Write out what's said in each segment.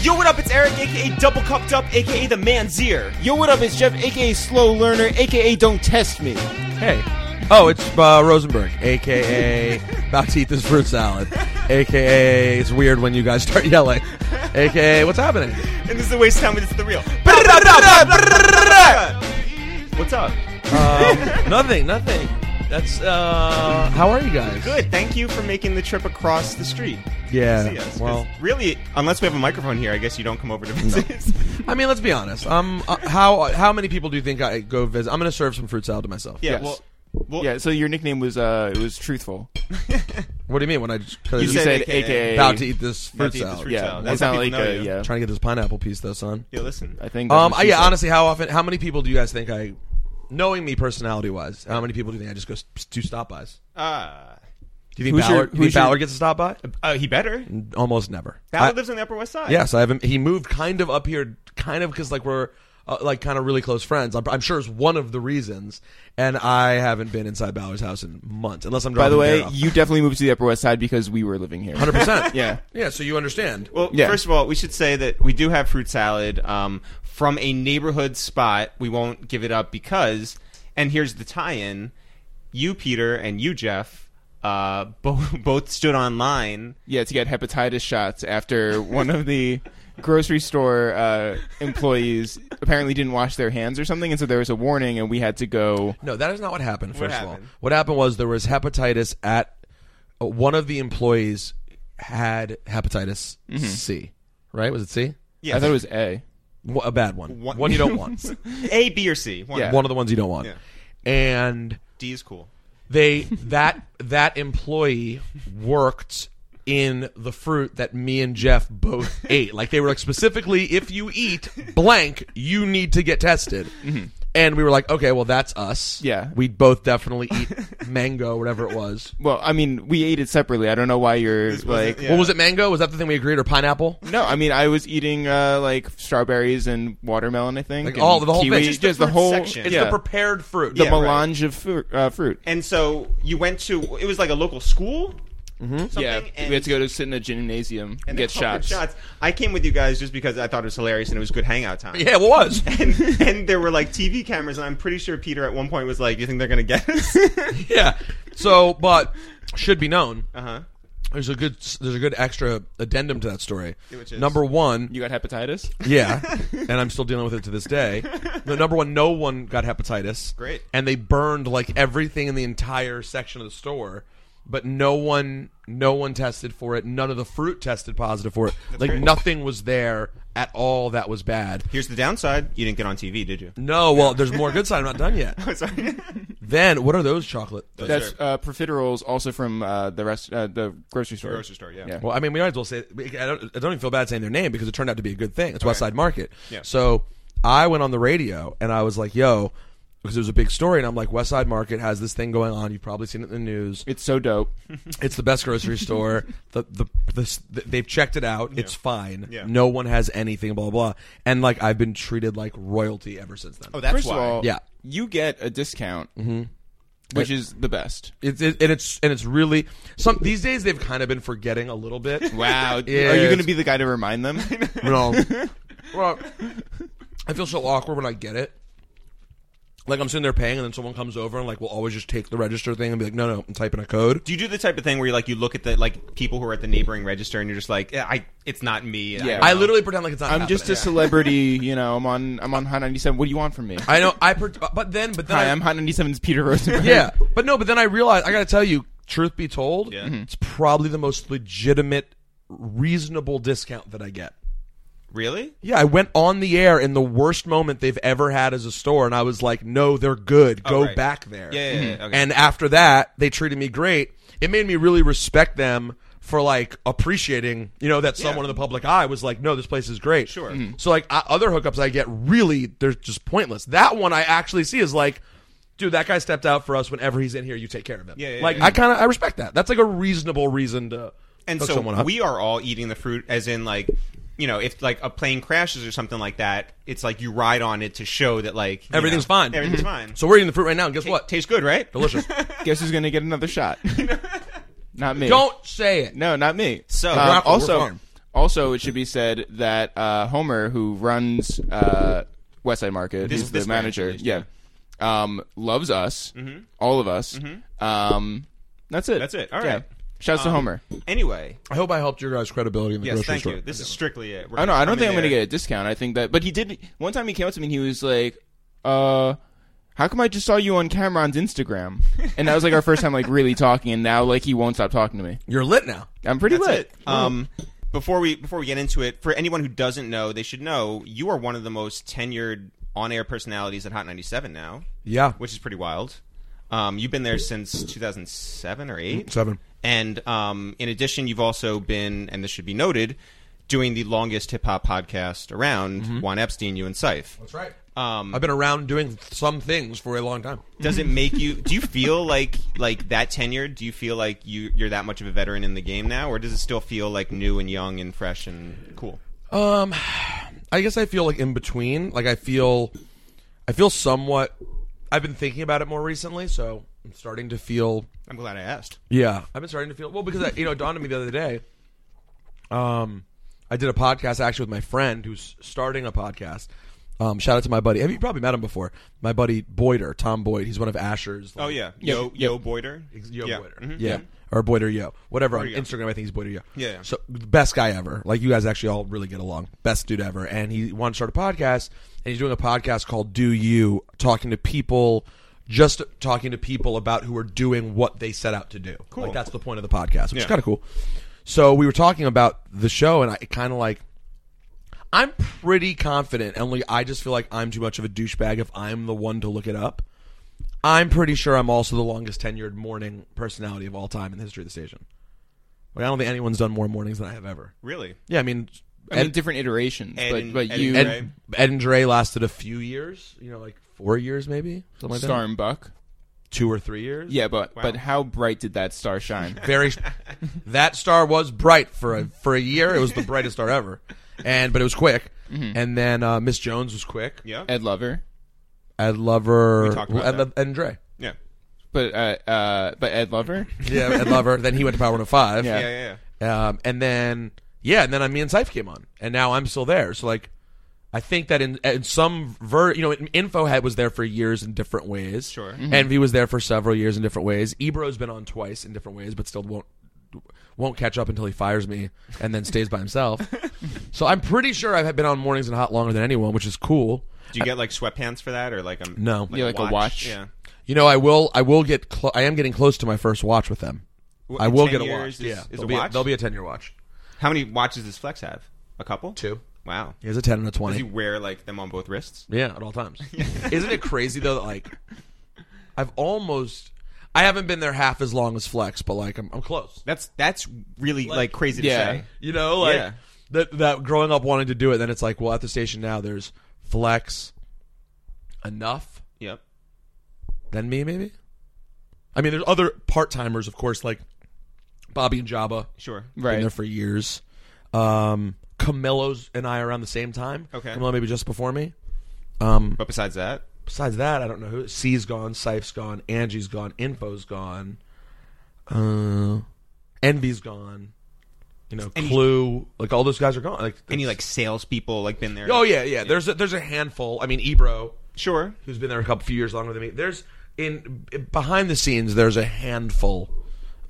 Yo, what up? It's Eric, aka Double Cupped Up, aka The Manzier. Yo, what up? It's Jeff, aka Slow Learner, aka Don't Test Me. Hey. Oh, it's uh, Rosenberg, aka Bautita's fruit salad, aka it's weird when you guys start yelling, aka what's happening? And this is the waste time, and this is the real. What's up? Um, nothing, nothing. That's uh, how are you guys? Good. Thank you for making the trip across the street. to see Yeah. us. 'Cause Well, really, unless we have a microphone here, I guess you don't come over to visit. I mean, let's be honest. Um, uh, how how many people do you think I go visit? I'm gonna serve some fruit salad to myself. yeah. Yes. Well, well Yeah, so your nickname was uh it was truthful. What do you mean when I just 'cause You You I'm said said, AKA. AKA about to eat this About fruit to eat this salad? fruit Yeah, salad. it That's how sounded like people know a, you. yeah. Trying to get this pineapple piece though, son. yeah. Listen, I think. that's Um, what I, she yeah, said. honestly, how often? How many people do you guys think I, knowing me personality wise, how many people do you think I just go s- do stop bys? uh, Do you think Who's Ballard, your- do you think who's your- Ballard gets a stop by? uh, he better. Mm, Almost never. Ballard I- lives on the Upper West Side. yes, I haven't. He moved kind of up here, kind of because like we're uh, like kind of really close friends. I'm, I'm sure it's one of the reasons. And I haven't been inside Ballard's house in months, unless I'm. By the dropping way, Bear off. you definitely moved to the Upper West Side because we were living here. 100%. Yeah. Yeah, so you understand. Well, Yeah. first of all, we should say that we do have fruit salad um, from a neighborhood spot. We won't give it up because, and here's the tie-in: you, Peter, and you, Jeff, uh, both both stood online. Yeah, to get hepatitis shots after one of the grocery store uh, employees apparently didn't wash their hands or something, and so there was a warning, and we had to go. No, that is not what happened. First of all, happened? what happened was there was hepatitis at uh, one of the employees had hepatitis Mm-hmm. C. Right? Was it C? Yeah, I thought it was A. Wha- A bad one. One- One, you don't want. A, B, or C. One. Yeah. One of the ones you don't want. Yeah. And D is cool. they that that employee worked in the fruit that me and Jeff both ate. Like they were like specifically, if you eat blank, you need to get tested. Mm-hmm. And we were like, okay, well that's us. Yeah. we both definitely eat mango, whatever it was. Well, I mean, we ate it separately. I don't know why you're wasn't- like. yeah. What was it? Mango? Was that the thing we agreed or pineapple? No, I mean, I was eating uh, like strawberries and watermelon. I think Like and all- the whole kiwi, thing. It's just the just the, fruit whole section. It's yeah, the prepared fruit. the Yeah, right. melange of fruit. Uh, fruit. And so you went to it was like a local school. Mm-hmm. Yeah, we had to go to sit in a gymnasium and and they get called shots. for Oh, I came with you guys just because I thought it was hilarious and it was good hangout time. Yeah, it was. And, and there were like TV cameras, and I'm pretty sure Peter at one point was like, "You think they're gonna get us?" yeah. So, but should be known. uh huh. There's a good. There's a good extra addendum to that story. Which is- Number one, You got hepatitis? Yeah, and I'm still dealing with it to this day. The number one, no one got hepatitis. Great. and they burned like everything in the entire section of the store, but no one, no one tested for it. None of the fruit tested positive for it. like great. nothing was there at all that was bad. Here's the downside: you didn't get on TV, did you? No, well, there's more good side. I'm not done yet. Sorry. Then, what are those chocolate? Things? That's Sure. uh, profiteroles, also from uh, the rest, uh, the grocery store. grocery store, yeah. Well, I mean, we might as well say. I don't, I don't even feel bad saying their name because it turned out to be a good thing. It's West Side Market. Yeah. So I went on the radio and I was like, "Yo," because it was a big story, and I'm like, "West Side Market has this thing going on. You've probably seen it in the news. It's so dope. Hmm. It's the best grocery store. The, the the they've checked it out. It's fine. Yeah. No one has anything. Blah blah." blah. And like, I've been treated like royalty ever since then. Oh, that's First why. of all, Yeah. you get a discount, which is the best. It's it, and it's and it's really some these days they've kind of been forgetting a little bit. Wow. Yeah, Are you going it's- to be the guy to remind them? No. well, I feel so awkward when I get it. Like I'm sitting there paying, and then someone comes over and like will always just take the register thing and be like, "No, no, I'm typing a code." Do you do the type of thing where you like you look at the like people who are at the neighboring register and you're just like, "Yeah, I it's not me. Yeah. I literally pretend like it's not. I'm just a happening. celebrity. You know, I'm on I'm on Hot 97. What do you want from me? I know. I per- but then but then Hi, I- I'm Hot 97's Peter Rosenberg. yeah, but no, but then I realized I got to tell you, truth be told, Yeah. Mm-hmm. Mhm. it's probably the most legitimate, reasonable discount that I get. really? Yeah, I went on the air in the worst moment they've ever had as a store, and I was like, "No, they're good. Go Oh, right. back there." Mm-hmm. Yeah, yeah, yeah, Mhm. okay. And after that, they treated me great. It made me really respect them for like appreciating, you know, that someone in the public eye was like, "No, this place is great." Mm-hmm. Sure. Mhm. So like I, other hookups I get really they're just pointless. That one I actually see is like. Dude, that guy stepped out for us. Whenever he's in here, you take care of him. Yeah, yeah, like yeah. I kind of I respect that. That's like a reasonable reason to And hook so someone up. we are all eating the fruit, as in like, you know, if like a plane crashes or something like that, it's like you ride on it to show that like you Everything's know, fine. Mm-hmm. Everything's fine. so we're eating the fruit right now, and guess what what? tastes good, right? Delicious. Guess who's going to get another shot? not me. Don't say it. No, not me. So- Um, Raffle, we're also, fine. Also, it should be said that uh, Homer, who runs uh, West Side Market, This- who's the this branch, manager, at least, yeah, um, loves us, all of us. Um, that's it. Mm-hmm. That's it. All Yeah. right. Um, Shouts to Homer. Anyway, I hope I helped your guys' credibility in the yes, grocery thank store. you. This is strictly it. We're I know. I don't come think I'm in going to there. get a discount. I think that, but he did. One time he came up to me and he was like, "Uh, how come I just saw you on Cameron's Instagram?" And that was like our first time like really talking. And now like he won't stop talking to me. You're lit now. I'm pretty That's lit. it. Um, before we before we get into it, for anyone who doesn't know, they should know you are one of the most tenured on-air personalities at Hot 97 now, Yeah. which is pretty wild. Um, you've been there since 2007 or eight. Seven. And um, in addition, you've also been, and this should be noted, doing the longest hip hop podcast around Juan Epstein, you and Syfe. That's right. Um, I've been around doing some things for a long time. does it make you? Do you feel like like that tenured? Do you feel like you you're that much of a veteran in the game now, or does it still feel like new and young and fresh and cool? Um, I guess I feel like in between. Like I feel, I feel somewhat. I've been thinking about it more recently, so I'm starting to feel. I'm glad I asked. Yeah, I've been starting to feel well because I, you know it dawned on me the other day. Um, I did a podcast actually with my friend who's starting a podcast. Um, shout out to my buddy. Have you probably met him before? My buddy Boyder, Tom Boyd. He's one of Asher's. like, Oh yeah, yo yo Boyder, Yo yeah. Boyder. Mhm. Yeah. Or Boyder Yo. Whatever. on Yo. Instagram, I think he's Boyder Yo. Yeah, yeah. So, the best guy ever. Like, you guys actually all really get along. Best dude ever. And he wanted to start a podcast, and he's doing a podcast called Do You, talking to people, just talking to people about who are doing what they set out to do. Cool. Like, that's the point of the podcast, which is Yeah. kind of cool. So, we were talking about the show, and I kind of like. I'm pretty confident, only I just feel like I'm too much of a douchebag if I'm the one to look it up. I'm pretty sure I'm also the longest tenured morning personality of all time in the history of the station. Like I don't think anyone's done more mornings than I have ever. Really? Yeah, I mean, I mean, Ed, different iterations, Ed but and- but Ed and you and Dre. Ed, Ed and Dre lasted a few years. You know, like four years maybe, something like Star that. and Buck. Two or three years. Yeah, but but how bright did that star shine? very. that star was bright for a for a year. It was the brightest star ever, and but it was quick. And then uh, Miss Jones was quick. Yeah, Ed Lover, Ed Lover. We talked about Ed, that. Lo- Ed and Dre. yeah, but uh, uh but Ed Lover. Yeah, Ed Lover. then he went to Power 105. yeah, Yeah. yeah. yeah. Um, and then yeah, and then I, me and Seif came on, and now I'm still there. So like, I think that in, in some ver, you know, InfoHead was there for years in different ways. Sure. Envy was there for several years in different ways. Ebro's been on twice in different ways, but still won't won't catch up until he fires me and then stays by himself. so I'm pretty sure I've been on mornings and hot longer than anyone, which is cool. Do you get like sweatpants for that, or like a No. Yeah, like a watch. Yeah, You know, I will I will get clo- I am getting close to my first watch with them. Well, I in will 10 get a watch. years is- yeah, is a there'll, be watch? there'll be a ten year watch. How many watches does Flex have? A couple. Two. Wow. He has a ten and a twenty. Does he wear like them on both wrists? Yeah, at all times. Isn't it crazy though that like I've almost I haven't been there half as long as Flex, but like I'm I'm close. That's that's really like, crazy to yeah. say. You know, like Yeah. that that growing up wanting to do it, then it's like, well, at the station now there's Flex enough, Yep. then me maybe. I mean, there's other part timers, of course, like Bobby and Jabba. Sure. Right. Been there for years. Um Camilo's and I around the same time. Okay. Camilo maybe just before me. Um But besides that, besides that, I don't know who. C's gone, Sife's gone, Angie's gone, Info's gone, uh, Envy's gone. You know, Any- Clue, like all those guys are gone. Like any it's- like salespeople like been there? oh yeah, yeah. There's a, there's a handful. I mean, Ebro, Sure. who's been there a couple few years longer than me. There's in behind the scenes, there's a handful,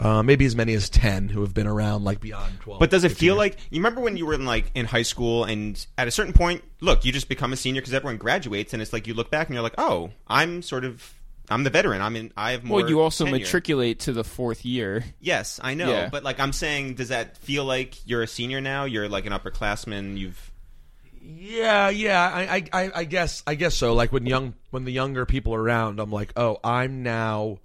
uh, maybe as many as ten who have been around like beyond twelve. But does it 15 feel years. like you remember when you were in like in high school and at a certain point, look, you just become a senior because everyone graduates, and it's like you look back and you're like, oh, I'm sort of I'm the veteran. I'm in. I have more. Well, you also tenure. matriculate to the fourth year. Yes, I know, Yeah. but like I'm saying, does that feel like you're a senior now? You're like an upperclassman. You've Yeah, yeah. I, I- I, I guess, I guess so. Like when young, when the younger people are around, I'm like, oh, I'm now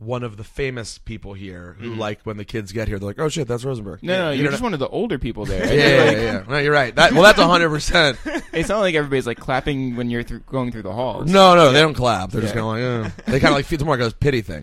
one of the famous people here. Who like when the kids get here, they're like, oh shit, that's No, Rosenberg. yeah, Mm-hmm. no, you you're know- just one of the older people there. right? Yeah, yeah, yeah, yeah. No, you're right. That, well, that's hundred percent. It's not like everybody's like clapping when you're thr- going through the halls. No, no, they don't clap. They're just kind of like, eh. they kind of like it's more like a pity thing.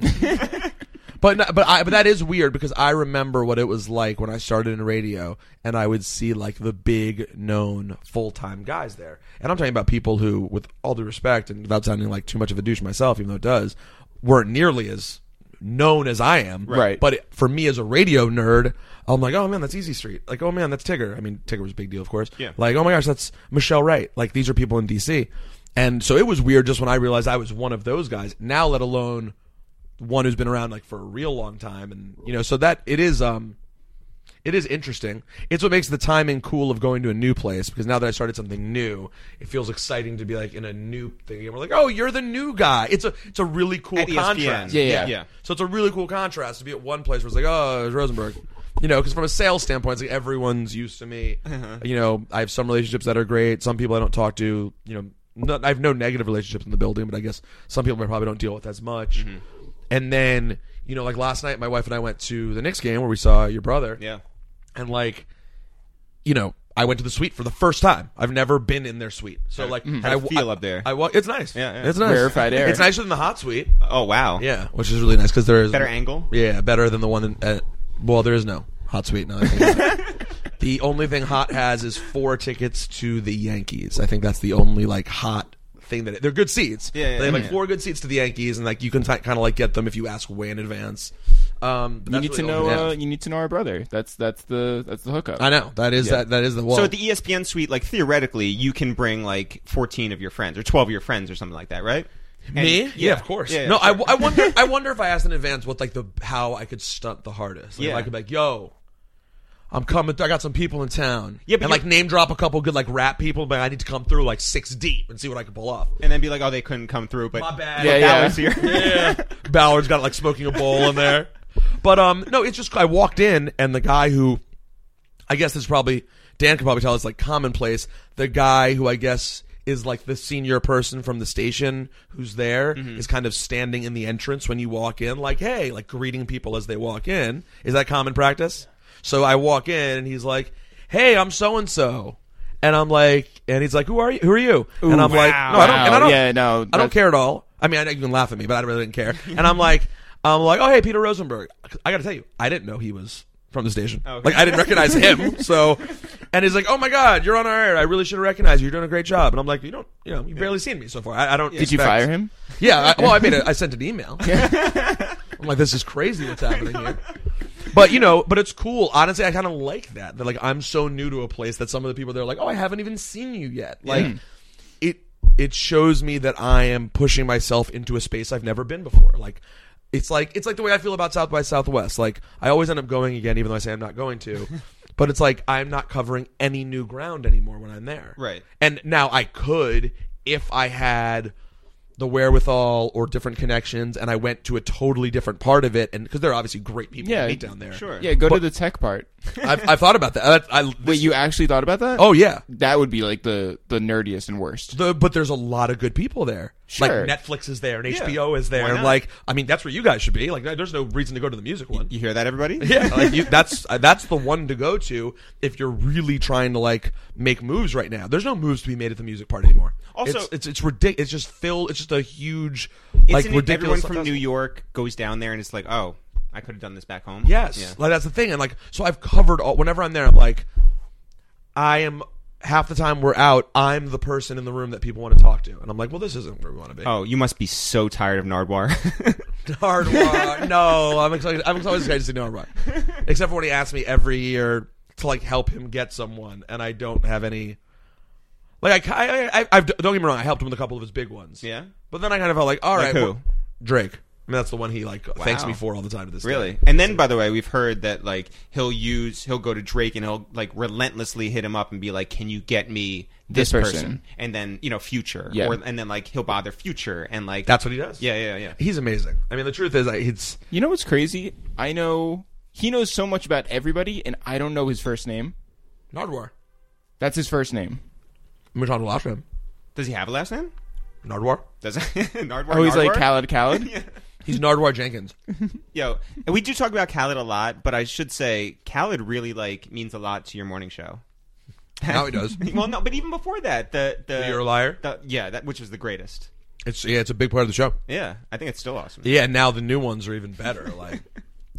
but no, but I but that is weird because I remember what it was like when I started in radio and I would see like the big known full time guys there, and I'm talking about people who, with all due respect, and without sounding like too much of a douche myself, even though it does, weren't nearly as known as I am. Right. But it, for me as a radio nerd, I'm like, oh man, that's Easy Street. Like, oh man, that's Tigger. I mean, Tigger was a big deal, of course. Yeah. Like, oh my gosh, that's Michelle Wright. Like, these are people in D.C. And so it was weird just when I realized I was one of those guys. Now, let alone one who's been around like for a real long time, and you know, so that it is. um it is interesting. It's what makes the timing cool of going to a new place because now that I started something new, it feels exciting to be like in a new thing. And we're like, oh, you're the new guy. It's a it's a really cool At E ESPN. contrast. Yeah, yeah. yeah. So it's a really cool contrast to be at one place where it's like, oh, it's Rosenberg. You know, because from a sales standpoint, it's like everyone's used to me. Uh-huh. You know, I have some relationships that are great. Some people I don't talk to. You know, not, I have no negative relationships in the building, but I guess some people I probably don't deal with as much. Mm-hmm. And then, you know, like last night, my wife and I went to the Knicks game where we saw your brother Yeah. and like you know i went to the suite for the first time i've never been in their suite so like How I, do you Mm-hmm. feel up there? I, wa- it's nice Yeah, yeah. it's nice Rarefied air. it's nicer than the hot suite Oh wow. yeah which is really nice because there is Better angle. yeah better than the one at well there is no hot suite no I think- the only thing hot has is four tickets to the yankees i think that's the only like hot thing that it, they're good seats Yeah, yeah, they have yeah, like yeah. four good seats to the yankees and like you can t- kind of like get them if you ask way in advance um You but that's need to really the only know. thing. Uh, you need to know our brother. That's that's the that's the hookup. i know that is that that is the wall So at the E ESPN suite, like theoretically, you can bring like 14 of your friends or 12 of your friends or something like that, right? And- Me? Yeah, of course. Yeah, yeah, no, I, sure. I wonder. I wonder if I asked in advance what like the how I could stunt the hardest. Like, if Yeah. I could be like, yo. I'm coming. through. I got some people in town. Yeah, but and you're- like name drop a couple good like rap people, but I need to come through like six deep and see what I can pull off. And then be like, oh, they couldn't come through, but My bad. but Yeah, that yeah. was here. Yeah. Ballard's got like smoking a bowl in there. But um no, it's just I walked in and the guy who I guess this is probably Dan could probably tell us like commonplace, the guy who I guess is like the senior person from the station who's there is Mm-hmm. kind of standing in the entrance when you walk in, like, hey, like greeting people as they walk in. Is that common practice? So I walk in and he's like, Hey, I'm so and so. And I'm like, and he's like, who are you? Who are you? and I'm like, wow. no, I don't, and I Wow. don't, Yeah, no, I don't that's- care at all. I mean, I know you can laugh at me, but I really didn't care. And I'm like, I'm like, oh hey, Peter Rosenberg. I got to tell you, I didn't know he was from the station. Okay. Like I didn't recognize him. So, and he's like, oh my god, you're on our air. I really should recognize you. You're doing a great job. And I'm like, you don't, you know, you've barely seen me so far. I, I don't. Did you expect- fire him? Yeah. I, well, I made a, I sent an email. I'm like, this is crazy. What's happening here? But you know, but it's cool. Honestly, I kind of like that. That like I'm so new to a place that some of the people they're like, oh, I haven't even seen you yet. Like it it shows me that I am pushing myself into a space I've never been before. Like it's like it's like the way I feel about South by Southwest. Like I always end up going again, even though I say I'm not going to. but it's like I'm not covering any new ground anymore when I'm there. Right. And now I could if I had the wherewithal or different connections and I went to a totally different part of it and because there are obviously great people Yeah, to meet down there. sure. Yeah, go But- to the tech part. I've, I've thought about that. Uh, I, I, Wait, you actually thought about that? oh yeah. that would be like the the nerdiest and worst. The, but there's a lot of good people there. Sure. Like Netflix is there and HBO is there. Why not? Like I mean, that's where you guys should be. Like there's no reason to go to the music one. You hear that, everybody? Yeah, like you, that's uh, that's the one to go to if you're really trying to like make moves right now. There's no moves to be made at the music part anymore. Also- it's it's, it's ridiculous. It's just filled. It's just a huge like Isn't it ridiculous. Everyone from New York goes down there and it's like, oh, I could have done this back home. Yes, Yeah. like that's the thing. And like so, I've covered all. Whenever I'm there, I'm like, I am half the time we're out. I'm the person in the room that people want to talk to, and I'm like, well, this isn't where we want to be. Oh, you must be so tired of Nardwar. Hard rock. no, I'm excited. I'm always excited to see Hard rock. Except for when he asks me every year to like help him get someone, and I don't have any. Like I, I, I I've, don't get me wrong. I helped him with a couple of his big ones. Yeah? but then I kind of felt like, all right, who? well, Drake. I mean, that's the one he like thanks Wow. me for all the time to this day. Really? And then, by the way, we've heard that like he'll use he'll go to Drake and he'll like relentlessly hit him up and be like, "Can you get me this, This person? person." And then you know Future, Yeah. or and then like he'll bother Future and like That's what he does. yeah yeah yeah. He's amazing. I mean, the truth is, I, it's You know what's crazy? I know he knows so much about everybody, and I don't know his first name. Nardwar. That's his first name. We're talking last name. Does he have a last name? Nardwar. Does Nardwar? Oh, he's like Nardwar? Khaled Khaled. He's Nardwar Jenkins. Yo, and we do talk about Khaled a lot, but I should say Khaled really like means a lot to your morning show. Now he does. well, no, but even before that, the the You're a liar. the- yeah, that which was the greatest. It's yeah, it's a big part of the show. Yeah, I think it's still awesome. Yeah, and now the new ones are even better. Like,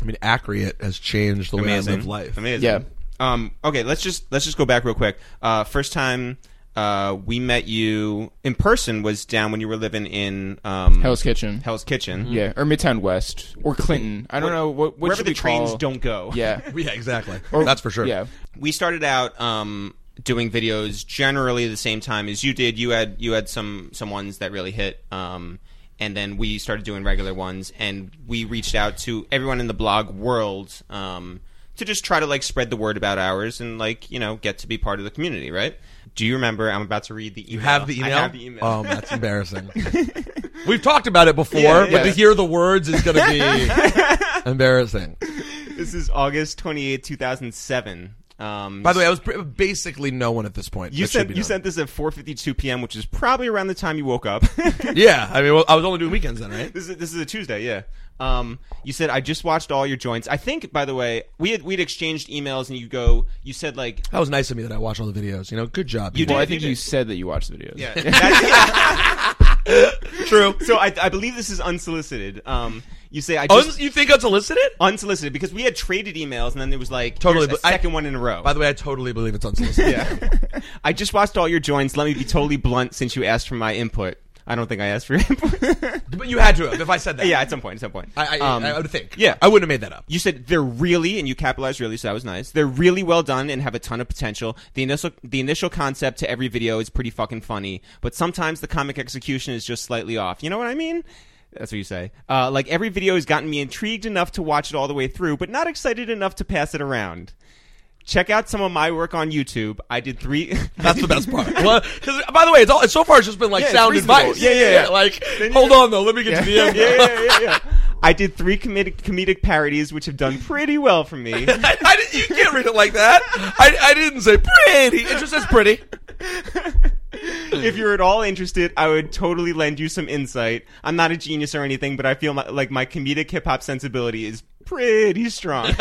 I mean, Acreate has changed the way I live life. Amazing. Yeah. Um, okay, let's just let's just go back real quick. Uh, first time uh, we met you in person was down when you were living in um, Hell's Kitchen. Hell's Kitchen. Yeah, or Midtown West or Clinton. I don't know what what Wherever should the we trains call- don't go. Yeah, Yeah, exactly. Or- That's for sure. Yeah, we started out um, doing videos generally the same time as you did. You had you had some some ones that really hit, um, and then we started doing regular ones. And we reached out to everyone in the blog world um, to just try to like spread the word about ours and like you know get to be part of the community, right? Do you remember? I'm about to read the email. You have the email? I have the email. Oh, that's embarrassing. We've talked about it before, Yeah, but yeah. to hear the words is going to be embarrassing. This is August 28, 2007. Um, By the way, I was pr- basically no one at this point. you That should sent be you known. sent this at 4:52 p.m., which is probably around the time you woke up. Yeah, I mean, well, I was only doing weekends then, right? This is this is a Tuesday, yeah. Um, you said I just watched all your joints. I think, by the way, we had we'd exchanged emails, and you go, you said like, That was nice of me that I watched all the videos. You know, good job. You Well, Yeah, I you think did. you said that you watched the videos. yeah, that's- True. So I, I believe this is unsolicited. Um, you say I Uns- just Oh, you think unsolicited? unsolicited because we had traded emails, and then there was like Totally, here's a but I- second one in a row. By the way, I totally believe it's unsolicited. yeah, I just watched all your joints. Let me be totally blunt, since you asked for my input. I don't think I asked for your input. But you had to have if I said that. yeah, at some point, at some point. I, I, Um, I would think. yeah. I wouldn't have made that up. you said they're really and you capitalized really so that was nice they're really well done and have a ton of potential the initial the initial concept to every video is pretty fucking funny but sometimes the comic execution is just slightly off you know what i mean that's what you say. Uh, like every video has gotten me intrigued enough to watch it all the way through, but not excited enough to pass it around. Check out some of my work on YouTube. I did three. That's the best part. Well, 'cause, by the way, it's all so far it's just been like Yeah, it's sound reasonable. advice. Yeah, yeah, yeah. Like, hold on though, let me get to the yeah, end. yeah, yeah, yeah. I did three comedic, comedic parodies, which have done pretty well for me. I, I didn't- you can't read it like that. I, I didn't say pretty. It just says pretty. if you're at all interested, I would totally lend you some insight. I'm not a genius or anything, but I feel my, like my comedic hip hop sensibility is pretty strong.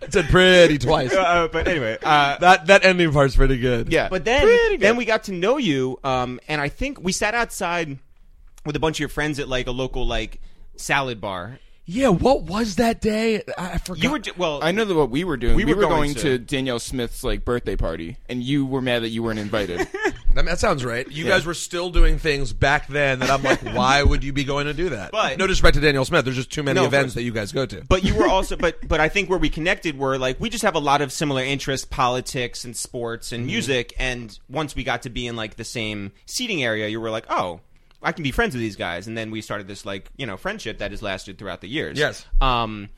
It said pretty twice. uh, but anyway, uh, That that ending part's pretty good. yeah. but then then we got to know you, um, and I think we sat outside with a bunch of your friends at like a local like salad bar. Yeah. What was that day? I, I forgot. You were j- well, I know that what we were doing. We We, were were, going going, to- to. Danielle Smith's like birthday party, and you were mad that you weren't invited. That, that sounds right. You guys were still doing things back then that I'm like, why would you be going to do that? But- no disrespect to Daniel Smith. There's just too many No, events but- that you guys go to. but you were also but but I think where we connected were like we just have a lot of similar interests, politics and sports Mm-hmm. and music. And once we got to be in like the same seating area, you were like, oh, I can be friends with these guys. And then we started this like you know friendship that has lasted throughout the years. Yes. Um,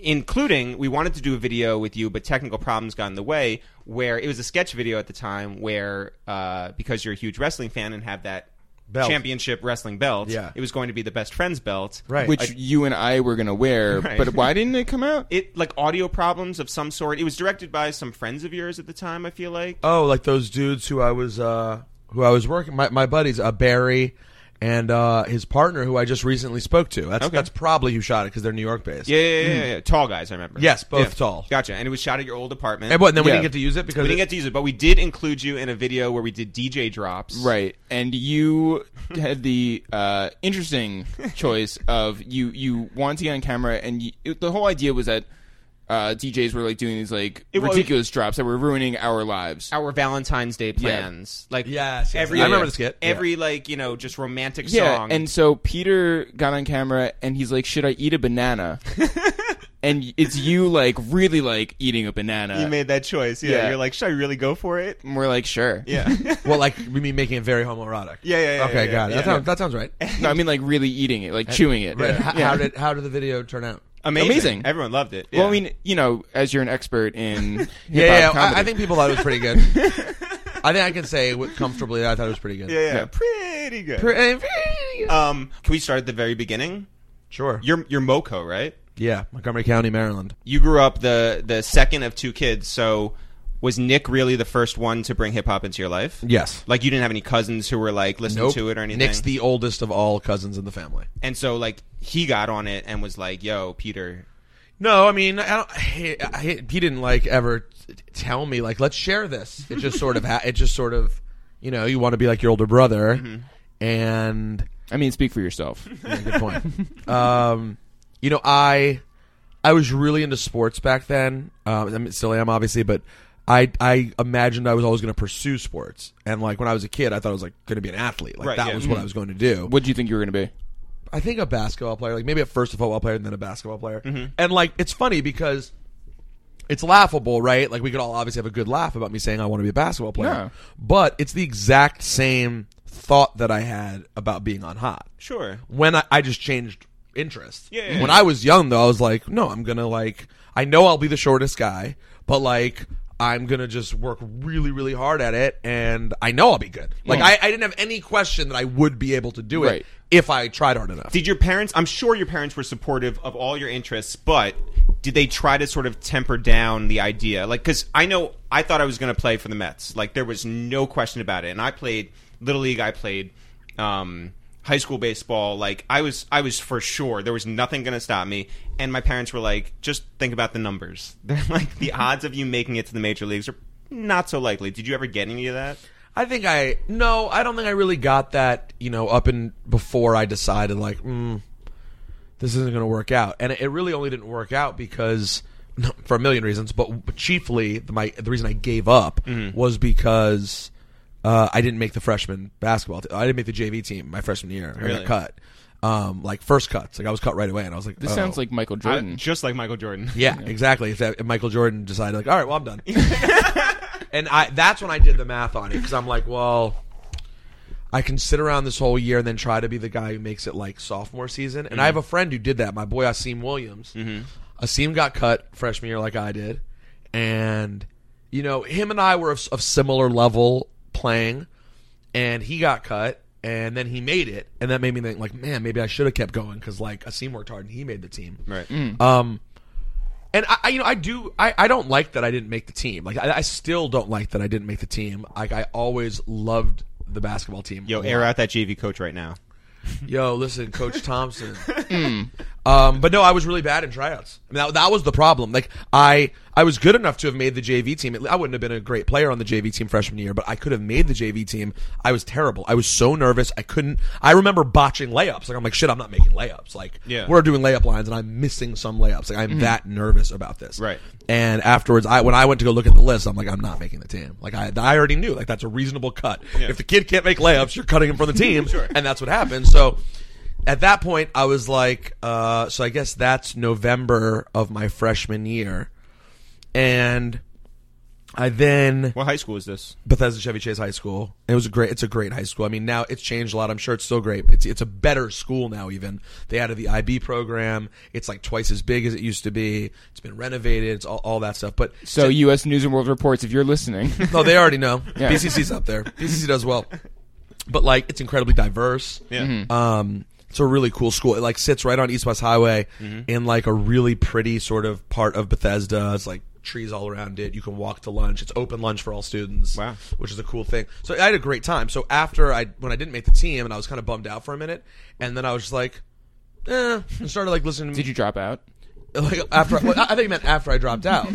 including we wanted to do a video with you, but technical problems got in the way. Where it was a sketch video at the time, where uh, because you're a huge wrestling fan and have that. Belt. Championship wrestling belt. Yeah. it was going to be the best friends belt. Right. which you and I were gonna wear, Right. but why didn't it come out? it like audio problems of some sort. It was directed by some friends of yours at the time. I feel like oh, like those dudes who I was uh who I was working my my buddies uh, Barry and uh his partner who I just recently spoke to. That's Okay. that's probably who shot it because they're New York based. yeah, yeah, yeah, yeah, yeah. tall guys. I remember. Yes, both Yeah. tall. Gotcha. And it was shot at your old apartment. And what? And then we Yeah. didn't get to use it because we it- didn't get to use it, but we did include you in a video where we did DJ drops. Right, and you had the uh, interesting choice of you you wanted to get on camera, and you, it, the whole idea was that uh, DJs were like doing these like It was- ridiculous drops that were ruining our lives. Our Valentine's Day plans, like Yes, yes, every yes. I remember the skit. Every like you know just romantic Yeah, song. and so Peter got on camera and he's like, "Should I eat a banana?" and it's you like really like eating a banana. you made that choice. Yeah, Yeah. you're like, should I really go for it? and we're like, "Sure." Yeah. well, like we mean making it very homoerotic. Yeah, yeah, yeah, Okay, yeah, got it. yeah. That sounds that sounds right. No, I mean like really eating it, like chewing it. Right. How, how did how did the video turn out? Amazing. Amazing. Everyone loved it. Well, Yeah. I mean, you know, as you're an expert in hip hop Yeah, yeah. comedy, I, I think people thought it was pretty good. I think I can say with- comfortably that I thought it was pretty good. yeah, yeah, yeah. pretty good. Pretty good. um, can we start at the very beginning? sure. You're you're Moco, right? yeah, Montgomery County, Maryland. you grew up the the second of two kids so was nick really the first one to bring hip-hop into your life Yes. like you didn't have any cousins who were like listening nope. to it or anything Nick's the oldest of all cousins in the family. and so like he got on it and was like yo peter No, I mean, I don't. He, I, he didn't like ever t- tell me like, let's share this. It just sort of. Ha- it just sort of. You know, you want to be like your older brother, and I mean, speak for yourself. yeah, good point. um, you know, I I was really into sports back then. Um, I mean, still am, obviously, but I I imagined I was always going to pursue sports, and like when I was a kid, I thought I was like going to be an athlete. Like Right, that yeah. Mm-hmm. was what I was going to do. What do you think you were gonna be? I think a basketball player, like maybe at first a football player and then a basketball player. Mm-hmm. And like it's funny because it's laughable, right? Like we could all obviously have a good laugh about me saying I want to be a basketball player. Yeah. But it's the exact same thought that I had about being on hot. Sure. When I, I just changed interest. Yeah, yeah, When yeah. I was young though, I was like, no, I'm gonna like I know I'll be the shortest guy, but like I'm gonna just work really, really hard at it, and I know I'll be good. Like I, I didn't have any question that I would be able to do it Right. if I tried hard enough. Did your parents? I'm sure your parents were supportive of all your interests, but did they try to sort of temper down the idea? Like, because I know I thought I was going to play for the Mets. Like, there was no question about it. And I played little league. I played um, high school baseball. Like, I was, I was for sure. There was nothing going to stop me. And my parents were like, "Just think about the numbers. They're like the odds of you making it to the major leagues are not so likely." Did you ever get any of that? I think I no, I don't think I really got that. You know, up and before I decided like, mm, this isn't going to work out, and it, it really only didn't work out because for a million reasons, but, but chiefly the, my the reason I gave up was because uh, I didn't make the freshman basketball. T- I didn't make the JV team my freshman year. I Really? got cut, um, like first cuts. Like I was cut right away, and I was like, This oh. sounds like Michael I- Jordan. just like Michael Jordan. Yeah, exactly. If, that, if Michael Jordan decided, like, all right, well, I'm done. and I that's when I did the math on it because I'm like, well, I can sit around this whole year and then try to be the guy who makes it like sophomore season. And I have a friend who did that. My boy Asim Williams. Asim got cut freshman year like I did, and you know him and I were of, of similar level playing, and he got cut. And then he made it, and that made me think, like, man, maybe I should have kept going because, like, Asim worked hard and he made the team. Right. Um, and I, I, you know, I do. I, I don't like that I didn't make the team. Like I, I still don't like that I didn't make the team. Like I always loved the basketball team. Yo, a air lot. out that JV coach right now. Yo, listen, Coach Thompson. um, but no, I was really bad in tryouts. I mean, that, that was the problem. Like I, I was good enough to have made the JV team. I wouldn't have been a great player on the JV team freshman year, but I could have made the JV team. I was terrible. I was so nervous. I couldn't. I remember botching layups. Like I'm like, shit, I'm not making layups. Like Yeah. we're doing layup lines, and I'm missing some layups. Like I'm that nervous about this. Right. And afterwards, I when I went to go look at the list, I'm like, I'm not making the team. Like I, I already knew, like that's a reasonable cut. If the kid can't make layups, you're cutting him from the team, and that's what happened. So at that point, I was like, uh, so I guess that's November of my freshman year, and I then What high school is this? Bethesda Chevy Chase High School. It was a great. It's a great high school. I mean, now it's changed a lot. I'm sure it's still great. It's it's a better school now. Even they added the IB program. It's like twice as big as it used to be. It's been renovated. It's all, all that stuff. But so, U.S. News and World Reports, if you're listening, no, they already know. Yeah. BCC's up there. BCC does well, but like it's incredibly diverse. Yeah. Um, it's a really cool school. It like sits right on East West Highway Mm-hmm. in like a really pretty sort of part of Bethesda. It's like trees all around it. You can walk to lunch. It's open lunch for all students. Wow. Which is a cool thing. So I had a great time. So after I when I didn't make the team and I was kind of bummed out for a minute and then I was just like eh, and started like listening to did you drop out? like after well, I I think you meant after I dropped out.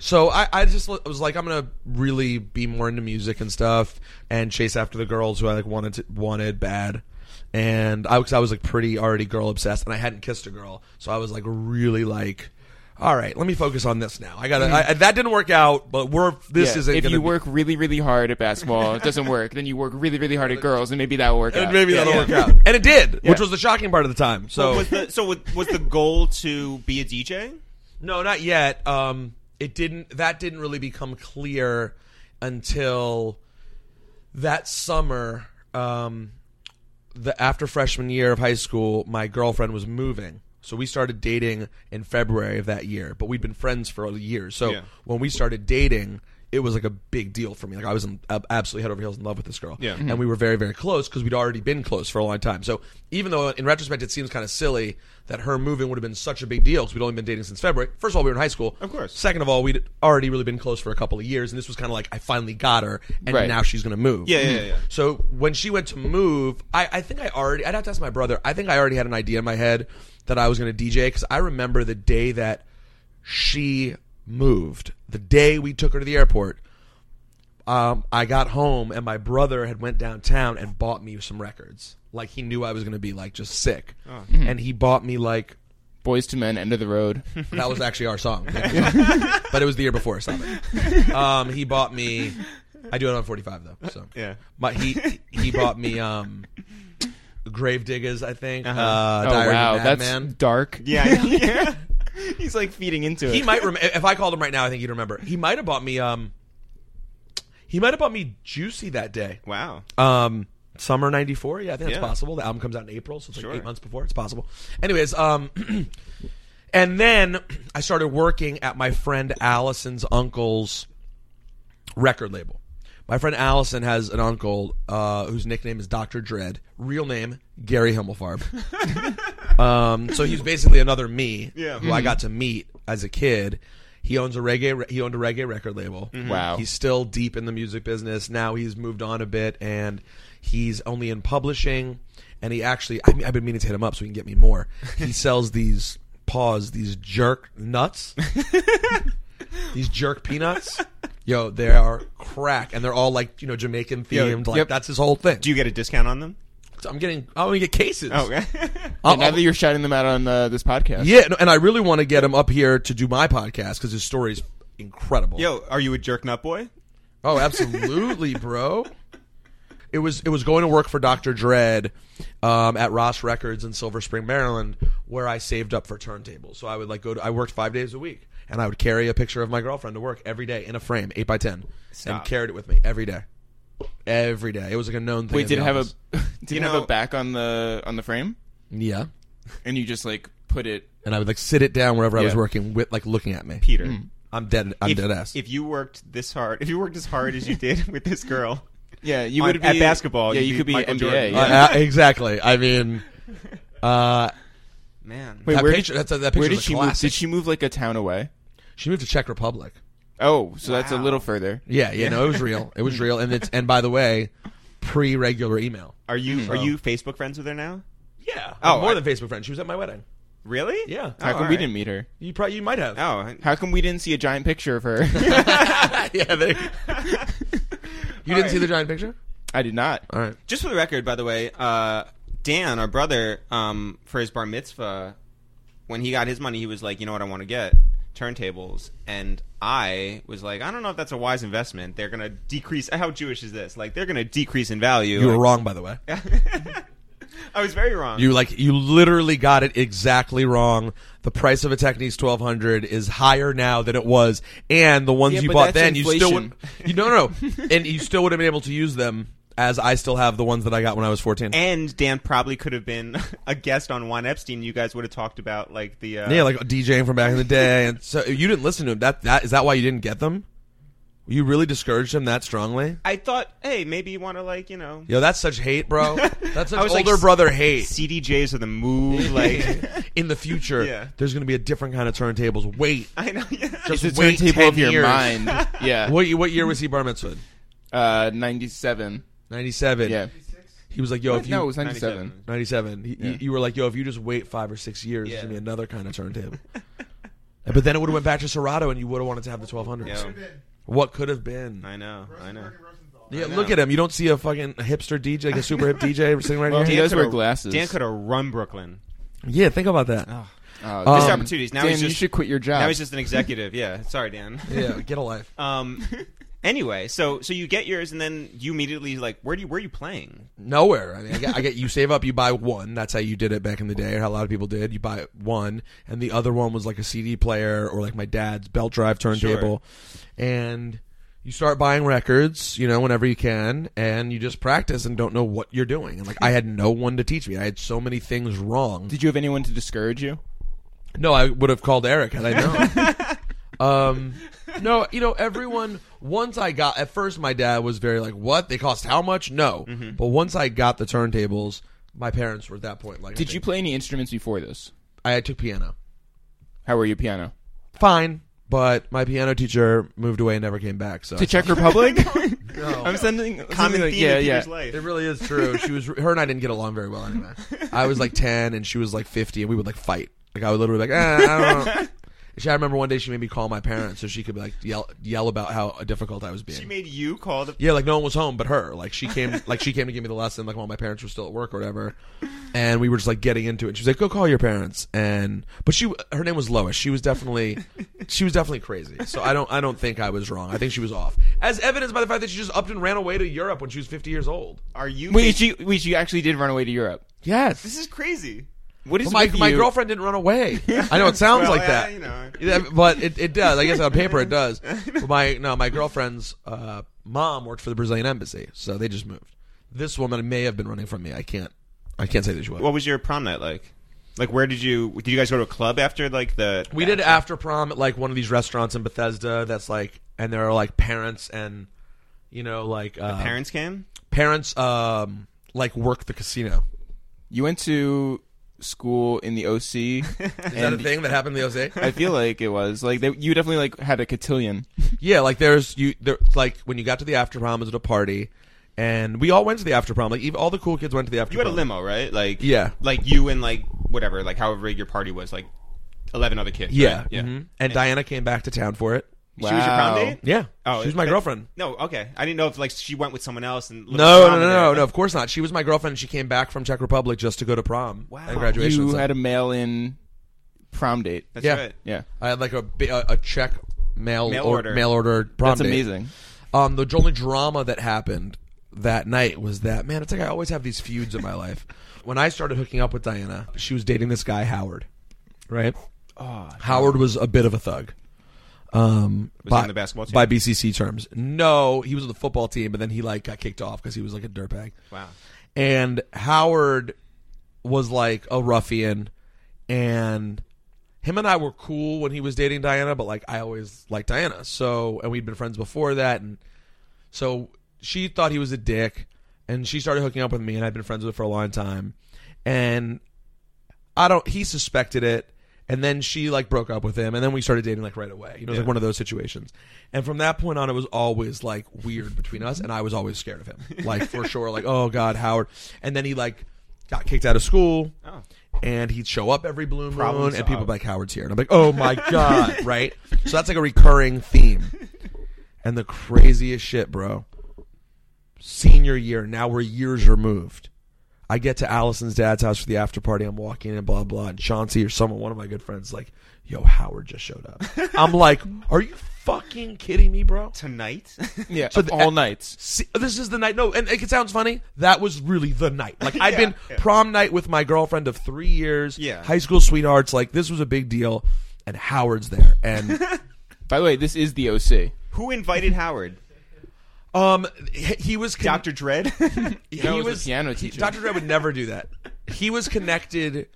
So I, I just l- was like, I'm gonna really be more into music and stuff, and chase after the girls who I like wanted to, wanted bad, and I because I was like pretty already girl obsessed, and I hadn't kissed a girl, so I was like really like, all right, let me focus on this now. I gotta I, I- that didn't work out, but we're this Mm-hmm. Yeah. isn't if gonna you be- work really, really hard at basketball, it doesn't work. Then you work really, really hard at girls, and maybe that will work. and out. maybe Yeah. that'll Yeah. work out, and it did, Yeah. which was the shocking part of the time. So was the so was, was the goal to be a DJ? No, not yet. Um, it didn't. That didn't really become clear until that summer. Um, the after freshman year of high school, my girlfriend was moving, so we started dating in February of that year. But we'd been friends for years, so Yeah. when we started dating. It was like a big deal for me. Like I was in, ab- absolutely head over heels in love with this girl, Yeah. and we were very, very close because we'd already been close for a long time. So even though in retrospect it seems kind of silly that her moving would have been such a big deal because we'd only been dating since February. First of all, we were in high school. Of course. Second of all, we'd already really been close for a couple of years, and this was kind of like I finally got her, and Right. now she's gonna move. Yeah, yeah, yeah, yeah. So when she went to move, I, I think I already, I'd have to ask my brother. I think I already had an idea in my head that I was going to DJ because I remember the day that she moved, the day we took her to the airport. Um, I got home and my brother had went downtown and Oh. bought me some records. Like he knew I was going to be like just sick, and he bought me like Boys to Men, End of the Road. Oh, That was actually our song. but it was the year before. Stop it. Um, he bought me. I do it on 45 though. So Yeah. but he he bought me um, Grave Diggers. I think. uh oh Diary wow, of a that's Madman. dark. Yeah, yeah. He's like feeding into He it. might rem- if I called him right now, I think he'd remember. He might have bought me um he might have bought me Juicy that day. wow. Um summer 94. Yeah, I think Yeah. that's possible. The album comes out in April, so it's like Sure. 8 months before. It's possible. Anyways, um and then I started working at my friend Allison's uncle's record label. My friend Allison has an uncle uh, whose nickname is Dr. Dread, real name Gary Himmelfarb. Um, so he's basically another me, Yeah. Hmm. who I got to meet as a kid. He owns a reggae. He owned a reggae record label. Mm-hmm. Wow. Mm-hmm. He's still deep in the music business. Now he's moved on a bit, and he's only in publishing. And he actually, I mean, I've been meaning to hit him up so he can get me more. He sells these paws, these jerk nuts, these jerk peanuts. Yo, they are crack, and they're all like you know Jamaican themed. like yep. that's his whole thing. Do you get a discount on them? So I'm getting, I'm gonna get cases. Okay. I'll- Oh, And now that you're shouting them out on the, this podcast, Yeah, no, and I really want to get him up here to do my podcast because his story's incredible. Yo, are you a jerk nut boy? Oh, absolutely, bro. It was it was going to work for Dr. Dread um, at Ross Records in Silver Spring, Maryland, where I saved up for turntables. So I would like go to I worked five days a week and I would carry a picture of my girlfriend to work every day in a frame, eight by ten. And Stop. carried it with me every day. Every day. It was like a known thing. Wait, in did the it have a office. did You it have know- a back on the on the frame? Yeah. And you just like put it. And I would like sit it down wherever I was Yeah. working with like looking at me. Peter. I'm dead I'm if, dead ass. if you worked this hard, if you worked as hard as you did with this girl, Yeah, you On- would be at basketball, Yeah, you'd you be could be Michael NBA. Jordan. yeah. Uh, uh, exactly. I mean, uh, man. Wait, that where picture- did, that's a- that where did picture's a she move? classic. Did she move like a town away? she moved to Czech Republic. Oh, so that's a Wow. little further. Yeah, you know, it was real. It was real, and it's and by the way, pre-regular email. Are you are you Facebook friends with her now? Yeah. Oh, more I- than Facebook friend. She was at my wedding. Really? Yeah. Oh, How come all we right. didn't meet her? You probably you might have. Oh, I- How come we didn't see a giant picture of her? yeah. They, you didn't see right. the giant picture. I did not. All right. just for the record, by the way, uh, Dan, our brother, um, for his bar mitzvah, when he got his money, he was like, you know what, I want to get turntables, and I was like, I don't know if that's a wise investment. They're gonna decrease. How Jewish is this? Like, they're gonna decrease in value. You were wrong, by the way. I was very wrong. You like you literally got it exactly wrong. The price of a Technics 1200 is higher now than it was, and the ones Yeah, you but bought that's then you still would, inflation. you no no, no. and you still would have been able to use them as I still have the ones that I got when I was 14. and Dan probably could have been a guest on Juan Epstein. You guys would have talked about like the uh, yeah, like DJing from back in the day, and so you didn't listen to him. That that is that why you didn't get them? You really discouraged him that strongly? I thought, hey, maybe you want to like you know, Yo, that's such hate, bro. That's such I was like, older brother hate. CDJs are the move. Like, In the future, Yeah. there's going to be a different kind of turntables. Wait, I know. Yeah. just It's a wait turntable 10 of your years. mind. Yeah. What what year was he bar mitzvahed? Uh, 97. 97. Yeah. He was like, yo, if you no, it was 97. 97. He, Yeah. You were like, yo, if you just wait 5 or 6 years, there's Yeah. going to be another kind of turntable. And- but then it would have went back to Serato and you would have wanted to have the 1200s. Yeah. What could have been? I know. I know. Yeah, I know. look at him. You don't see a fucking hipster DJ, like a super hip DJ sitting right Well, here. he does coulda- wear glasses. Dan could have run Brooklyn. Yeah, think about that. Uh, Um, Missed Mr. opportunities. Now Dan, he's you just should quit your job. now he's just an executive. Yeah. Sorry, Dan. Yeah, get a life. Um. Anyway, so so you get yours, and then you immediately like, where do you where are you playing? Nowhere. I mean, I get, I get you save up, you buy one. That's how you did it back in the day, or how a lot of people did. You buy one, and the other one was like a CD player or like my dad's belt drive turntable, and you start buying records, you know, whenever you can, and you just practice and don't know what you're doing. And like, I had no one to teach me. I had so many things wrong. Did you have anyone to discourage you? No, I would have called Eric had I known. um, no, you know, everyone. Once I got at first, my dad was very like, "What they cost? How much?" No, but once I got the turntables, my parents were at that point like, I Did you think- play any instruments before this? I took piano. How were you piano? Fine, but my piano teacher moved away and never came back. So To Czech Republic? I'm sending Common something like- theme yeah, in yeah. Peter's life. It really is true. She was her and I didn't get along very well anyway. "Ah, I was like ten and she was like fifty, and we would like fight. Like I would literally be like, eh, I don't know. She, I remember one day she made me call my parents so she could like yell yell about how difficult I was being. She made you call the. Yeah, like no one was home but her. Like she came, like she came to give me the lesson, like while my parents were still at work or whatever. And we were just like getting into it. She was like, "Go call your parents." And but she, her name was Lois. She was definitely, she was definitely crazy. So I don't, I don't think I was wrong. I think she was off, as evidenced by the fact that she just upped and ran away to Europe when she was fifty years old. Are you? Wait, she, wait, she actually did run away to Europe. Yes, this is crazy. What is but my with my you? girlfriend didn't run away. I know it sounds Well, like yeah, that. you know. Yeah, but it, it does. I guess on paper it does. But my no, my girlfriend's uh, mom worked for the Brazilian embassy, so they just moved. This woman may have been running from me. I can't. I can't say that she was. What was your prom night like? Like, where did you? Did you guys go to a club after like the? we did after prom at like one of these restaurants in Bethesda. That's like, and there are like parents and you know like uh, parents came. parents um like work the casino. You went to school in the OC. Is that a thing that happened in the OC? I feel like it was like they, you definitely like had a cotillion. Yeah, like there's you there like when you got to the after prom it was at a party and we all went to the after prom. Like even all the cool kids went to the after You had a prom. limo, right? Like Yeah. like you and like whatever, like however your party was, like eleven other kids. Yeah. right? yeah. mhm. And, Diana came back to town for it. She was your prom Wow. date. Yeah. Oh, she was my that- girlfriend. No, okay. I didn't know if like she went with someone else and No, no, no, no, no, of course not. She was my girlfriend and she came back from Czech Republic just to go to prom Wow. and graduation. you It's like- had a mail-in prom date. That's Yeah. right. yeah, I had like a bi- a, a check mail, Mail or- order. mail order prom that's date. amazing. Um, the only drama that happened that night was that man. It's like I always have these feuds in my life. When I started hooking up with Diana, she was dating this guy Howard, right? Oh, Howard was a bit of a thug. Um, Was by, he on the basketball team? by BCC terms, no, he was on the football team, but then he like got kicked off because he was like a dirtbag. Wow. And Howard was like a ruffian, and him and I were cool when he was dating Diana, but like I always liked Diana. So, and we'd been friends before that, and so she thought he was a dick, and she started hooking up with me, and I'd been friends with her for a long time, and I don't. He suspected it, and then she like broke up with him, and then we started dating like right away. You know, it was like one of those situations. And from that point on, it was always like weird between us, and I was always scared of him, like for sure. Like, oh god, Howard. And then he like got kicked out of school. Oh. And he'd show up every blue moon, Problem and people would solved. be like, Howard's here. And I'm like, oh my God, right? So that's like a recurring theme. And the craziest shit, bro. Senior year, now we're years removed. I get to Allison's dad's house for the after party. I'm walking in, blah blah. And Chauncey or someone, one of my good friends, is like, "Yo, Howard just showed up." I'm like, "Are you fucking kidding me, bro?" Tonight. Yeah, so all nights. See, this is the night. No, and it sounds funny. That was really the night. Like I'd Yeah, been yeah. prom night with my girlfriend of three years. Yeah. high school sweethearts. Like this was a big deal, and Howard's there, and By the way, this is the OC. Who invited Howard? um, he, he was con- Doctor Dredd. he No, it was the piano teacher. Dr. Dre would never do that. He was connected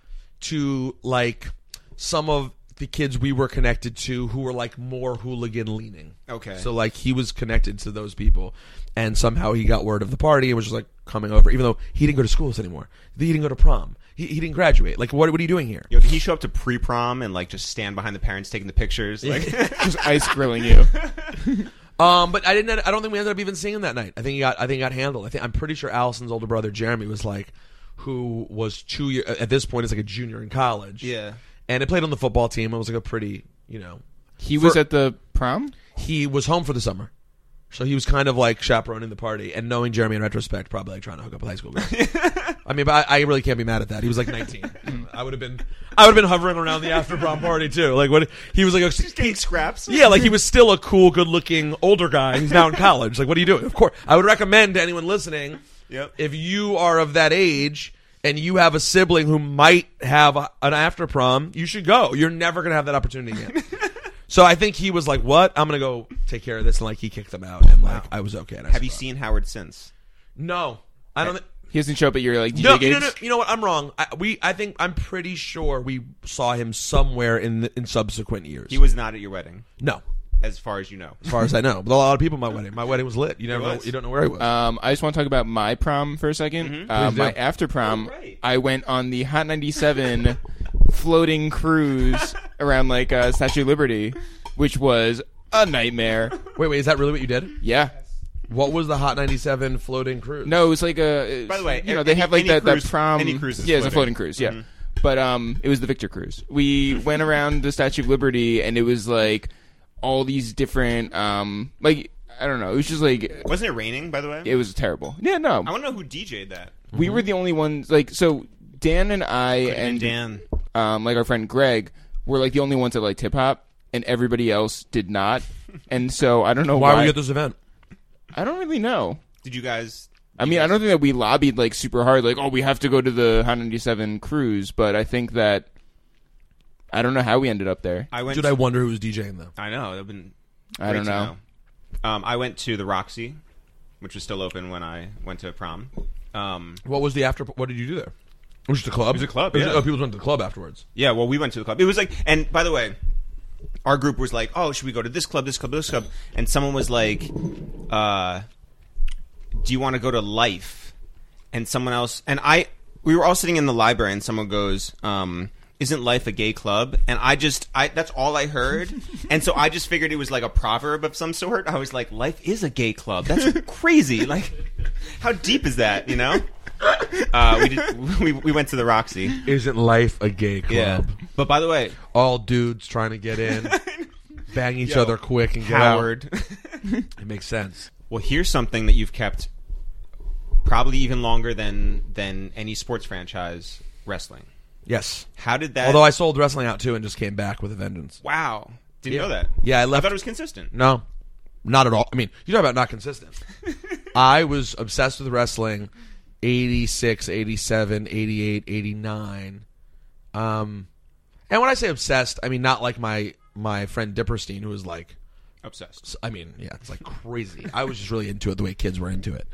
to like some of the kids we were connected to who were like more hooligan leaning. Okay. So like he was connected to those people and somehow he got word of the party and was just like coming over even though he didn't go to schools anymore. He didn't go to prom. He, he didn't graduate. Like what what are you doing here? Yo, did he show up to pre-prom and like just stand behind the parents taking the pictures? Like, Just ice grilling you. Um, but I didn't. I don't think we ended up even seeing that night. I think he got. I think he got handled. I think I'm pretty sure Allison's older brother Jeremy was like, who was two year at this point is like a junior in college. Yeah. and it played on the football team. It was like a pretty, you know, He was For- at the prom. he was home for the summer, so he was kind of like chaperoning the party. And knowing Jeremy in retrospect, probably like trying to hook up with high school girls. I mean, but I, I really can't be mad at that. He was like 19. I would have been. I would have been hovering around the after prom party too. Like what he was like. a- getting scraps. yeah, like he was still a cool, good-looking older guy. He's now in college. Like, what are you doing? Of course, I would recommend to anyone listening, Yep. if you are of that age and you have a sibling who might have a, an after prom, you should go. You're never gonna have that opportunity again. so I think he was like, "What? I'm gonna go take care of this," and like he kicked them out, and like I was okay. And I Have you survived. seen Howard since? No, I don't. thi- He doesn't show up at your like DJ no, gigs. no, no, you know what? I'm wrong. I, we, I think, I'm pretty sure we saw him somewhere in the, in subsequent years. He was not at your wedding, no, as far as you know. as far as I know. But a lot of people at my wedding. My wedding was lit. You never know, was. you don't know where he was. Um, I just want to talk about my prom for a 2nd Uh, Please my do. after prom, Mm-hmm. Oh, great. I went on the Hot 97 floating cruise around like uh, Statue of Liberty, which was a nightmare. wait, wait, is that really what you did? Yeah. What was the Hot 97 floating cruise? No, it was like a. By the way, you know any- they have like any that, cruise- that prom. any cruise is yeah, it's a floating. Mm-hmm. floating cruise. Yeah, But um, it was the Victor Cruise. We went around the Statue of Liberty, and it was like all these different um, like I don't know. It was just like Wasn't it raining, by the way? it was terrible. Yeah, no, I want to know who DJ'd that. we were the only ones like so. Dan and I and And Dan. um, like our friend Greg, were like the only ones that liked hip hop, and everybody else did not. And so I don't know Why why. were you at this event? I don't really know. Did you guys? I mean, I don't think that we lobbied like super hard, like oh, we have to go to the 197 cruise. But I think that I don't know how we ended up there. I went. Dude, to- I wonder who was DJing though. I know. That'd been I don't great to know. Um, I went to the Roxy, which was still open when I went to prom. Um, What was the after? What did you do there? It was just a club. It was a club, yeah. oh, people went to the club afterwards. yeah, well, we went to the club. It was like, and by the way, our group was like, "Oh, should we go to this club, this club, this club?" And someone was like, uh, "Do you want to go to Life?" And someone else, and I, we were all sitting in the library, and someone goes, um, "Isn't Life a gay club?" And I just, I that's all I heard, and so I just figured it was like a proverb of some sort. I was like, "Life is a gay club." That's crazy. Like, how deep is that? You know. Uh, we, did, we we went to the Roxy. Isn't life a gay club? Yeah. But by the way, All dudes trying to get in, bang each other quick and get Howard. out. It makes sense. well, here's something that you've kept probably even longer than than any sports franchise wrestling. Yes. How did that? Although I sold wrestling out too and just came back with a vengeance. wow, didn't Yeah. know that. Yeah, I I left- thought it was consistent. No, not at all. I mean, you talk about not consistent. I was obsessed with wrestling 86, 87, 88, 89. Um, and when I say obsessed, I mean not like my my friend Dipperstein, who was like, Obsessed. s- I mean, yeah, it's like crazy. I was just really into it the way kids were into it.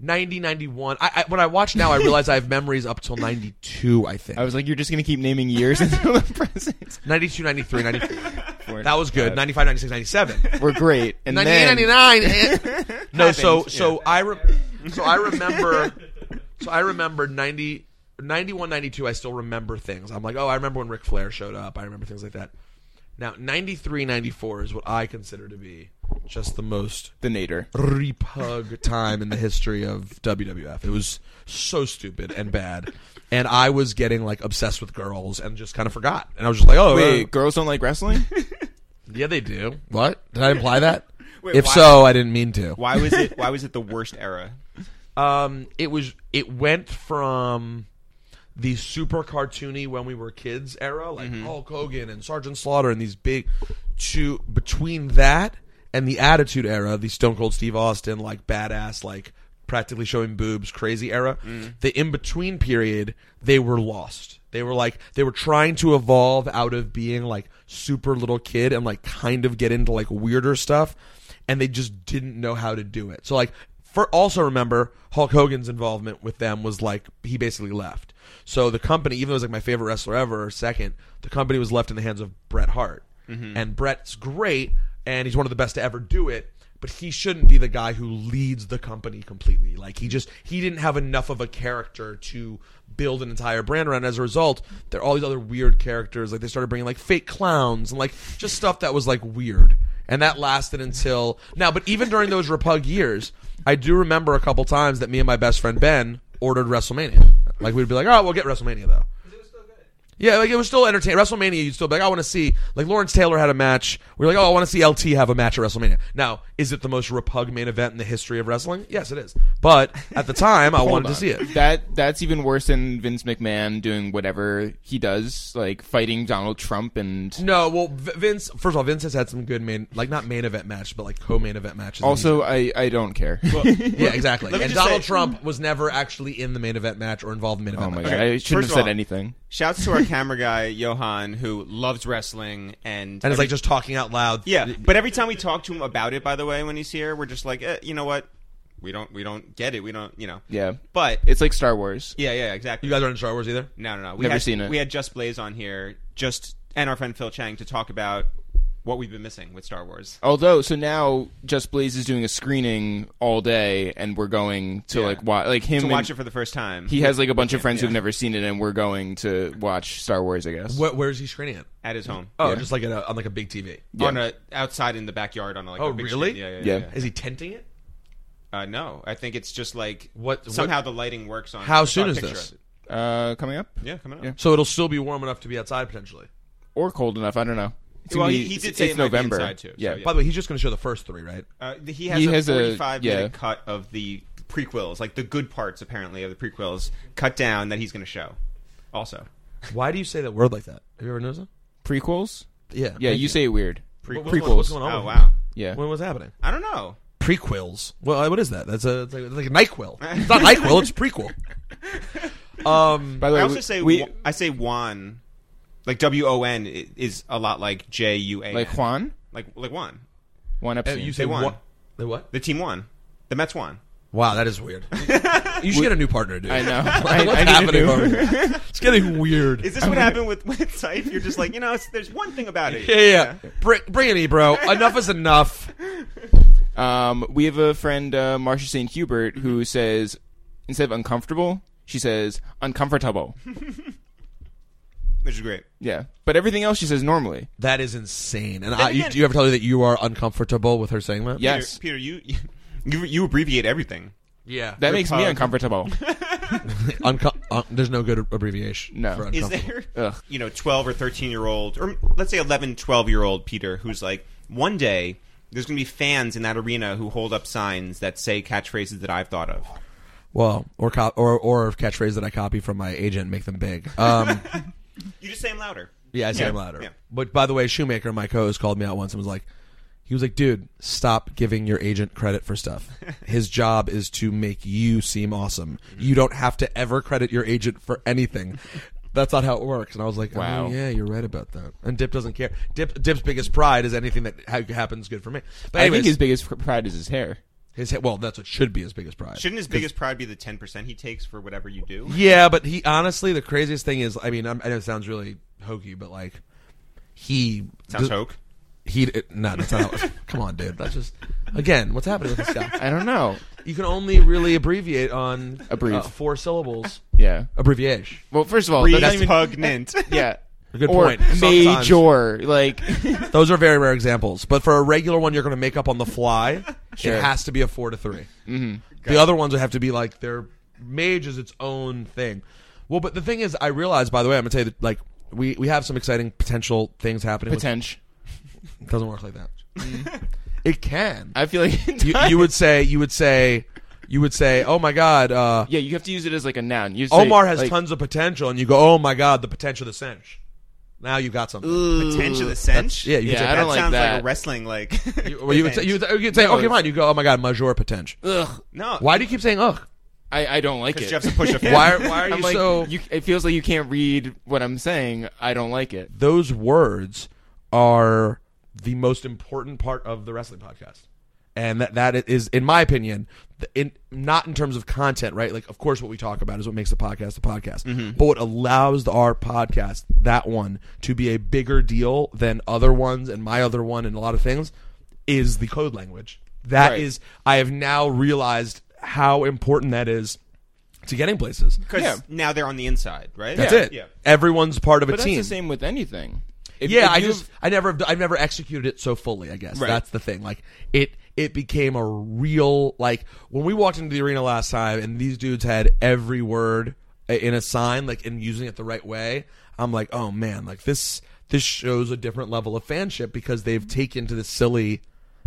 90, 91. I, I, when I watch now, I realize I have memories up till 92, I think. I was like, you're just gonna keep naming years until the present. 92, 93, 94. That was good. 95, 96, 97. We're great. And then 1999. eh? no, so Happened, so I re- so I remember so I remember 90 91 92 I still remember things. I'm like, "Oh, I remember when Ric Flair showed up. I remember things like that." Now, 93 94 is what I consider to be just the most the Nader. reep hug time in the history of WWF. It was so stupid and bad. And I was getting like obsessed with girls and just kind of forgot. And I was just like, "Oh, Wait, uh, girls don't like wrestling? yeah, they do." What? Did I imply that? Wait, if why- so, I didn't mean to. Why was it? Why was it the worst era? Um, it was it went from the super cartoony when we were kids era, like Hulk Hogan and Sergeant Slaughter and these big, to between that and the Attitude era, the Stone Cold Steve Austin like badass like practically showing boobs crazy era. The in between period, they were lost. They were like they were trying to evolve out of being like super little kid and like kind of get into like weirder stuff, and they just didn't know how to do it. So like for also remember Hulk Hogan's involvement with them was like he basically left. So the company, even though it was like my favorite wrestler ever, or second, the company was left in the hands of Bret Hart, and Bret's great, and he's one of the best to ever do it. But he shouldn't be the guy who leads the company completely. Like he just he didn't have enough of a character to build an entire brand around. As a result, there are all these other weird characters. Like they started bringing like fake clowns and like just stuff that was like weird and that lasted until now. But even during those repug years, I do remember a couple times that me and my best friend Ben ordered WrestleMania. Like we'd be like, "Oh, we'll get WrestleMania though." Yeah, like it was still entertaining. WrestleMania, you'd still be like, I want to see. Like Lawrence Taylor had a match. We are like, oh, I want to see LT have a match at WrestleMania. Now, is it the most repug main event in the history of wrestling? Yes, it is. But at the time, I wanted to see it. That that's even worse than Vince McMahon doing whatever he does, like fighting Donald Trump and No, well, V- Vince. First of all, Vince has had some good main, like not main event matches, but like co-main event matches. also I, I don't care. yeah, exactly. Let me And just Donald say- Trump was never actually in the main event match or involved in the main oh event. my match. god, I First shouldn't of have said all- anything. Shouts to our camera guy Johan, who loves wrestling and And it's like just talking out loud. yeah. But every time we talk to him about it, by the way, when he's here, we're just like, eh, you know what? We don't we don't get it. We don't you know. Yeah. But It's like Star Wars. yeah, yeah, exactly. You guys aren't in Star Wars either. No, no, no. We Never had, seen it. We had Just Blaze on here, just and our friend Phil Chang to talk about what we've been missing with Star Wars. Although, so now Just Blaze is doing a screening all day, and we're going to Yeah. like watch like him. To and- watch it for the first time he has like a bunch of friends who've never seen it, and we're going to watch Star Wars. I guess. Where, where's he screening it? at his home. Oh, just like at a, on like a big TV. on a outside in the backyard on a, like. Oh, a big really? screen. Yeah, yeah, Yeah. yeah. yeah. Is he tenting it? Uh, no, I think it's just like What- what- somehow the lighting works on. I How saw soon a is picture this? of it. uh, coming up Yeah, coming up. Yeah. So it'll still be warm enough to be outside potentially. or cold enough. I don't know. It's Well, gonna he- be- he did it's- say it's it might be November. inside, too, so Yeah, yeah. By the way, he's just going to show the first three, right? Uh, he has He a has a- 45 yeah. minute cut of the prequels, like the good parts apparently of the prequels, cut down that he's going to show. Also, Why do you say that word like that? Have you ever noticed that? prequels. Yeah. Yeah, thank you say it weird. Prequels. What's going- what's going on oh with wow, Yeah, When was happening? I don't know. prequels. Well, uh, what is that? That's a it's like, it's like a Nyquil. It's not Nyquil. It's prequel. Um, By the way, I also we- say we, wa- I say Juan, like W O N i- is a lot like J U A N. like Juan, like like Juan, Juan uh, Epstein. you say won. what? They what? the team won, the Mets won. Wow, that is weird. you should get a new partner, dude. I know. What's I, I need to happening? do- over here? it's getting weird. Is this what happened with with Sype? You're just like you know, it's, there's one thing about it. yeah, yeah. yeah. Bring, bring it, bro. Enough is enough. Um, we have a friend, uh, Marcia St. Hubert, Mm-hmm. who says instead of uncomfortable, she says uncomfortable. which is great. yeah, but everything else she says normally. That is insane. And I, you, again- do you ever tell her that you are uncomfortable with her saying that? Yes, Peter, Peter you, you you abbreviate everything. Yeah. that makes me pug. uncomfortable. Unco- uh, there's no good abbreviation. No. For Is uncomfortable. there Ugh. you know 12 or 13 year old or let's say 11 12 year old Peter who's like one day there's going to be fans in that arena who hold up signs that say catchphrases that I've thought of. Well, or co- or or catchphrase that I copy from my agent, make them big. Um, You just say them louder. yeah, I say Yeah, them louder. yeah. But by the way, Shoemaker, my co-host, called me out once and was like, he was like, "Dude, stop giving your agent credit for stuff. His job is to make you seem awesome. You don't have to ever credit your agent for anything." That's not how it works, and I was like, Wow. "Oh yeah, you're right about that." And Dip doesn't care. Dip Dip's biggest pride is anything that ha- happens good for me. I But anyways, think his biggest pr- pride is his hair. his, his well, that's what should be his biggest pride. Shouldn't his biggest pride be the 10% he takes for whatever you do? Yeah, but he honestly, the craziest thing is, I mean, I'm, I know it sounds really hokey, but like he Sounds th- hoke. He it- no, that's not. how- come on, dude. That's just again. What's happening with this guy? I don't know. You can only really abbreviate on Abbrev. uh, four syllables. Yeah. Abbreviation. Well, first of all, Breathe, that's- pug, nint. yeah. Good or point. Sometimes. major, like Those are very rare examples, but for a regular one, you're going to make up on the fly. Sure. It has to be a four to 3 The other ones would have to be like their mage is its own thing. Well, but the thing is, I realize. By the way, I'm going to tell you that like we we have some exciting potential things happening. with- potential. It doesn't work like that. it can. I feel like it You, does. you would say. You would say. You would say. Oh my God. Uh, yeah, you have to use it as like a noun. You say, Omar has like, tons of potential, and you go. Oh my God. The potential to cinch. Now you got something. Potential the cinch. Yeah. Yeah, You could say, I That don't like sounds like that. a wrestling like. Well, you, would say, you, would, you would say. okay, fine. You go. Oh my God. Major potential. Ugh, no. Why do you keep saying ugh? I, I don't like Because it. you have to push a Why? are- Why are you I'm like, so? you, it feels like you can't read what I'm saying. I don't like it. those words are the most important part of the wrestling podcast. And that that is, in my opinion, the- in not in terms of content, right? Like, of course, what we talk about is what makes the podcast the podcast. Mm-hmm. But what allows the, our podcast, that one, to be a bigger deal than other ones and my other one and a lot of things, is the code language. That is, Right. I have now realized how important that is to getting places. Because Yeah. now they're on the inside, right? That's yeah. it. Yeah. Everyone's part of a But team. that's the same with anything. If- yeah, if I you just have- I never have- I've never executed it so fully. I guess Right. that's the thing. Like it it became a real like when we walked into the arena last time and these dudes had every word i- in a sign like and using it the right way. I'm like, oh man, like this this shows a different level of fanship because they've taken to this silly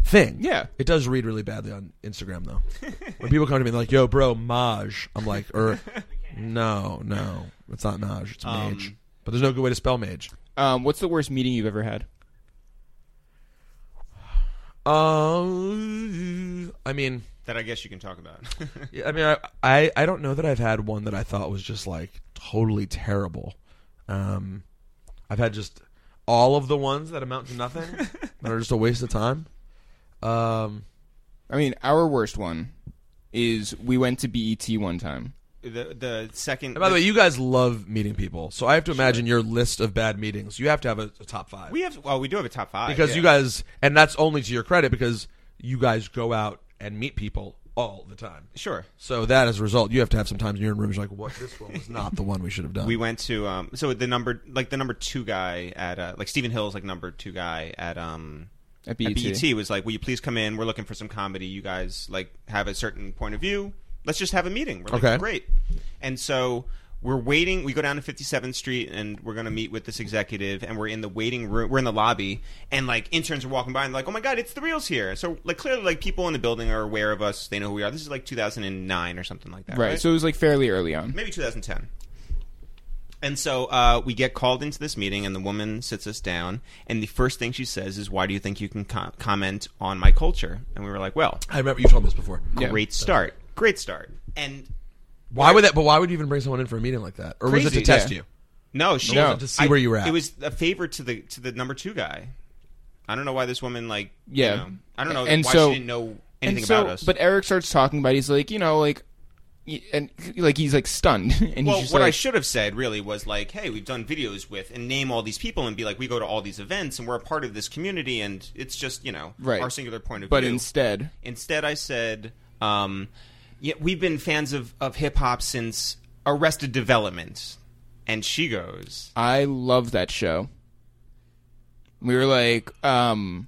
thing. Yeah. it does read really badly on Instagram though. when people come to me they're like, yo, bro, Maj, I'm like, or no, no, it's not Maj, it's Mage. But there's no good way to spell Mage. um, what's the worst meeting you've ever had? Um, Uh, I mean, That I guess you can talk about. yeah, I mean, I, I, I don't know that I've had one that I thought was just like totally terrible. Um, I've had just all of the ones that amount to nothing that are just a waste of time. Um, I mean, our worst one is we went to BET one time. the the second. and by the way, you guys love meeting people, so I have to imagine your list of bad meetings. You have to have a, a top five we have. Well, we do have a top five because yeah. you guys, and that's only to your credit because you guys go out and meet people all the time. Sure. So that as a result, you have to have some times in your rooms you're like, what? This one was not the one we should have done. we went to um so the number like the number two guy at uh, like Stephen Hill's like number two guy at um At E BET. BET was like, will you please come in? We're looking for some comedy. You guys like have a certain point of view. Let's just have a meeting. We're like, Okay. great. And so we're waiting. We go down to 57th Street and we're going to meet with this executive. And we're in the waiting room. We're in the lobby, and like interns are walking by and like, oh my god, it's the reels here. So like clearly, like people in the building are aware of us. They know who we are. This is like 2009 or something like that, Right. So it was like fairly early on. maybe 2010. And so uh, we get called into this meeting, and the woman sits us down, and the first thing she says is, "Why do you think you can com- comment on my culture?" And we were like, "Well, I remember you told me this before. Yeah. great start, great start." And Why would that? But why would you even bring someone in for a meeting like that? Or was it Crazy, to test yeah. you? no, she Or was it to see I- where you were at? It was a favor to the to the number two guy. I don't know why this woman like you Yeah. know, I don't know And why so- she didn't know anything and so, about us. But Eric starts talking about. it. He's like, you know, like, y- and like he's like stunned, and well, he's just what I like, should have said really was like, "Hey, we've done videos with and name all these people and be like, we go to all these events and we're a part of this community and it's just you know Right. our singular point of but view." instead, Instead, I said, um, yeah, "We've been fans of of hip hop since Arrested Development," and she goes, I love that show. We were like, um,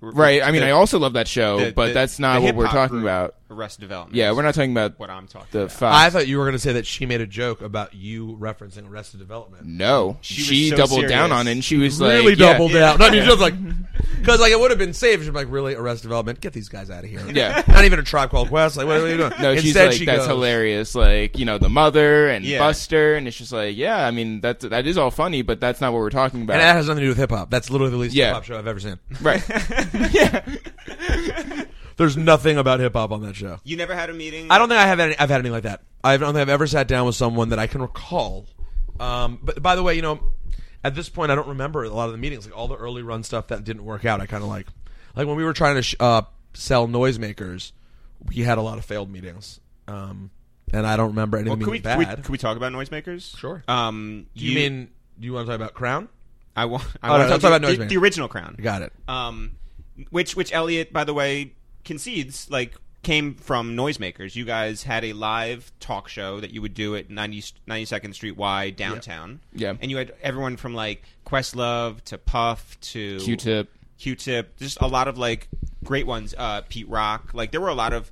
we're- right. I mean, the- I also love that show, the- but the- that's not the what we're hip-hop talking group about. Arrested Development. Yeah, is we're not talking about what I'm talking the about. I five. thought you were going to say that she made a joke about you referencing Arrested Development. no, She was she, so doubled down serious. on it. and She was really like, yeah, doubled down. No, you just like because like it would have been safe. She'd be like, "Really, Arrested Development? Get these guys out of here." Yeah. not even a tribe called Quest. Like, what are you doing? No, she's Instead, like, she that's goes, hilarious. Like, you know, the mother and Yeah. Buster, and it's just like, yeah, I mean, that that is all funny, but that's not what we're talking about. And that has nothing to do with hip hop. That's literally the least Yeah. hip hop show I've ever seen. right. There's nothing about hip hop on that show. You never had a meeting. I don't think I have any, I've had anything like that. I don't think I've ever sat down with someone that I can recall. Um, but by the way, you know, at this point, I don't remember a lot of the meetings. Like all the early run stuff that didn't work out, I kind of like. Like when we were trying to sh- uh, sell noisemakers, we had a lot of failed meetings. Um, and I don't remember any Well, of them could we, being could we bad. could we talk about noisemakers? Sure. Um, do you, mean, do you want to talk about Crown? I want? I Oh, want no, to talk let's about talk about the, Noisemakers. the original Crown. Got it. Um, which which Elliot, by the way, concedes like came from noisemakers. You guys had a live talk show that you would do at 90, 92nd Street Y downtown. Yeah. and you had everyone from like Questlove to Puff to Q-Tip. Q-Tip, just a lot of like great ones. Uh, Pete Rock, like there were a lot of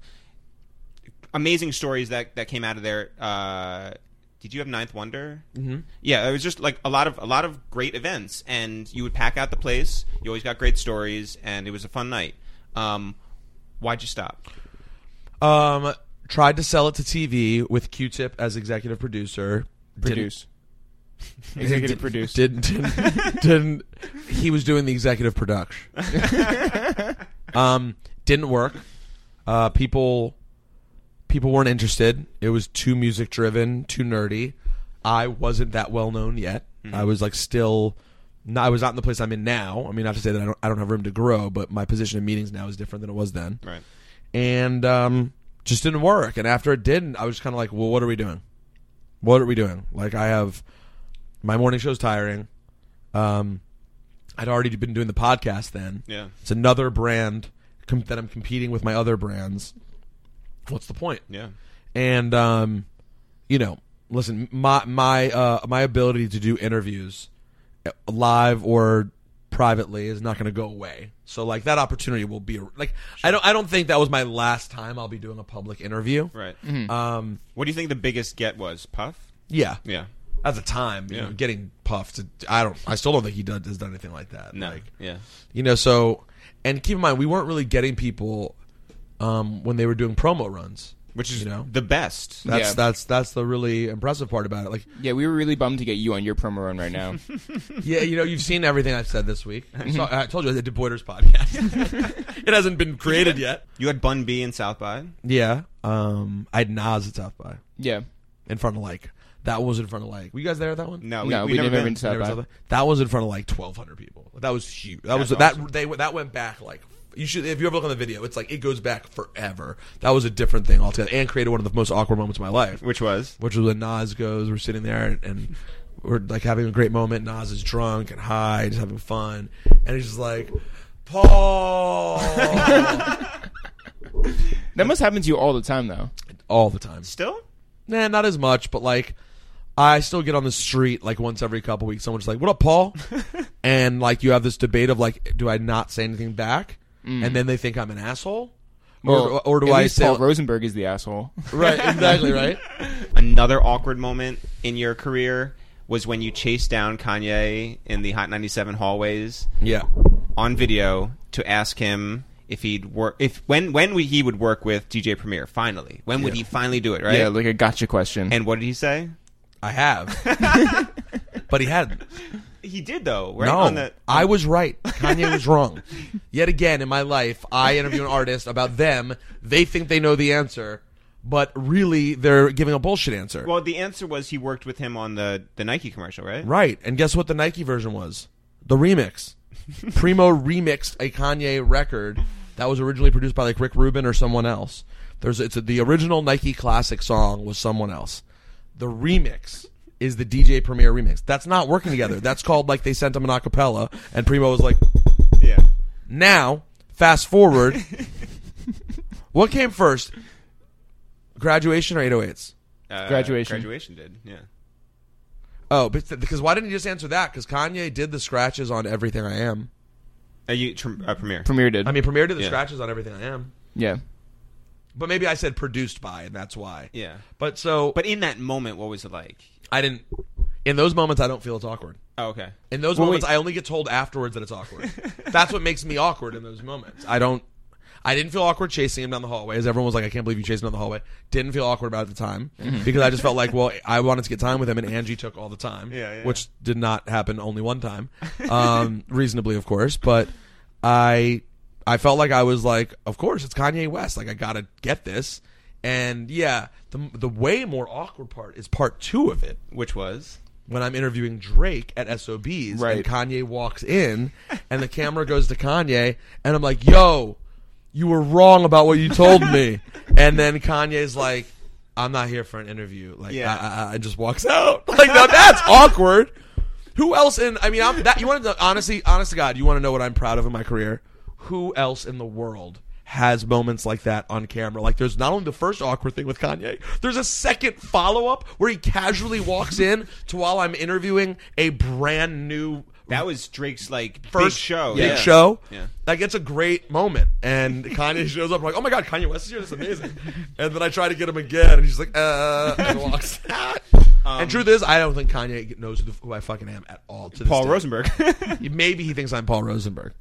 amazing stories that that came out of there. Uh, did you have Ninth Wonder? Mm-hmm. Yeah, it was just like a lot of a lot of great events, and you would pack out the place. You always got great stories, and it was a fun night. Um, why'd you stop? Um, tried to sell it to TV with Q-Tip as executive producer. Didn't- Produce. Executive produce. Didn't, didn't, didn't. He was doing the executive production. um, didn't work. Uh, people, people weren't interested. It was too music driven, too nerdy. I wasn't that well known yet. I was like still. no, I was not in the place I'm in now. I mean, not to say that I don't, I don't have room to grow, but my position in meetings now is different than it was then. Right. And um, just didn't work. And after it didn't, I was kind of like, well, what are we doing? What are we doing? Like, I have my morning show's tiring. Um, I'd already been doing the podcast then. Yeah. It's another brand com- that I'm competing with my other brands. What's the point? Yeah. And um, you know, listen, my my uh, my ability to do interviews uh, live or privately is not going to go away. So like that opportunity will be like I don't I don't think that was my last time I'll be doing a public interview. Right. Um, What do you think the biggest get was? Puff. yeah. Yeah. At the time, you Yeah. know, getting puffed. I don't. I still don't think he does, has done anything like that. No. Like, yeah. you know, so and keep in mind we weren't really getting people um, when they were doing promo runs. Which is you know the best. that's Yeah. that's that's the really impressive part about it. Like, Yeah, we were really bummed to get you on your promo run right now. yeah, you know, you've seen everything I've said this week. You saw- I told you I did Boyders podcast. it hasn't been created yet. you had Bun B in South by. Yeah, um, I had Nas at South by yeah. in front of like that was in front of like were you guys there at that one? No, we, No, we we never didn't been. even You stop never saw by. that? That was in front of like twelve hundred people. That was huge. That was That's that they that went back like you should if you ever look on the video, it's like it goes back forever. That was a different thing altogether, and created one of the most awkward moments of my life, Which was which was when Nas goes. We're sitting there and. and we're like having a great moment. Nas is drunk and high, just having fun, and he's just like, "Paul," That must happen to you all the time, though. all the time. still. Nah, not as much, but like I still get on the street like once every couple weeks. Someone's like, "What up, Paul?" and like you have this debate of like, do I not say anything back? And then they think I'm an asshole, or, or do Mm. At I least say Paul Rosenberg is the asshole? right? Exactly right. Another awkward moment in your career was when you chased down Kanye in the Hot 97 hallways Yeah. on video to ask him if he'd work if when when we, he would work with DJ Premier finally. When would he finally do it, right? Yeah, like a gotcha question. and what did he say? I have, but he hadn't. He did though, right? No, On the, I was right. Kanye was wrong. Yet again in my life, I interview an artist about them. They think they know the answer, but really they're giving a bullshit answer. well, the answer was he worked with him on the the Nike commercial, right? right. And guess what the Nike version was? The remix. Primo remixed a Kanye record that was originally produced by like Rick Rubin or someone else. There's it's the original Nike classic song was someone else. The remix is the DJ Premier remix. That's not working together. That's called like they sent him an acapella and Primo was like Yeah. Now, fast forward. what came first? Graduation or 808s? Uh, Graduation. Graduation did. Yeah. Oh, but th- because why didn't you just answer that? Because Kanye did the scratches on Everything I Am. Uh, you, tr- uh, Premiere. Premier did. I mean, Premier did the Yeah. scratches on Everything I Am. yeah. But maybe I said produced by, and that's why. Yeah. But so, but But in that moment, what was it like? I didn't. In those moments, I don't feel it's awkward. Oh, okay. In those Well, moments, wait. I only get told afterwards that it's awkward. That's what makes me awkward in those moments. I don't. I didn't feel awkward chasing him down the hallway. As everyone was like, "I can't believe you chased him down the hallway." Didn't feel awkward about it at the time Mm-hmm. because I just felt like, well, I wanted to get time with him, and Angie took all the time, Yeah, yeah. which did not happen only one time, um, reasonably, of course. But I, I felt like I was like, of course, it's Kanye West. Like I gotta get this, and yeah, the the way more awkward part is part two of it Which was? when I'm interviewing Drake at SOBs Right. and Kanye walks in and the camera goes to Kanye and I'm like, "Yo, you were wrong about what you told me." and then Kanye's like, "I'm not here for an interview." Like Yeah. I, I, I just walks out. Like now that's awkward. Who else in I mean, I'm that you want to honestly honest to God, you want to know what I'm proud of in my career? Who else in the world has moments like that on camera. Like there's not only the first awkward thing with Kanye, there's a second follow up where he casually walks in to while I'm interviewing a brand new That was Drake's like first big show. Big yeah. show. Yeah. Like it's a great moment. And Kanye shows up like, oh my god, Kanye West is here, this is amazing. and then I try to get him again and he's like, uh and walks out. Um, and truth is, I don't think Kanye knows who, the, who I fucking am at all. To this Paul day. Rosenberg. Um, Maybe he thinks I'm Paul Rosenberg.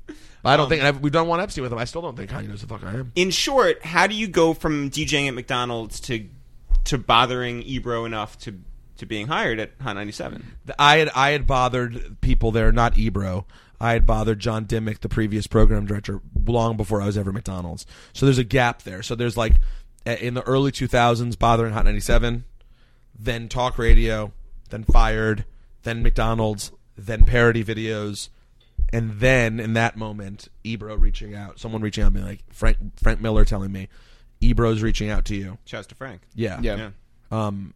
But I don't think, and I've, we've done one Epstein with him. I still don't think Kanye knows who the fuck I am. in short, how do you go from DJing at McDonald's to to bothering Ebro enough to to being hired at Hot 97? Th- I had I had bothered people there, not Ebro. I had bothered John Dimmick, the previous program director, long before I was ever at McDonald's. So there's a gap there. So there's like a- in the early 2000s, bothering Hot 97, then talk radio, then fired, then McDonald's, then parody videos, and then in that moment, Ebro reaching out, someone reaching out, being like Frank Frank Miller telling me, Ebro's reaching out to you. Shouts to Frank. Yeah, Yeah. Yeah. um,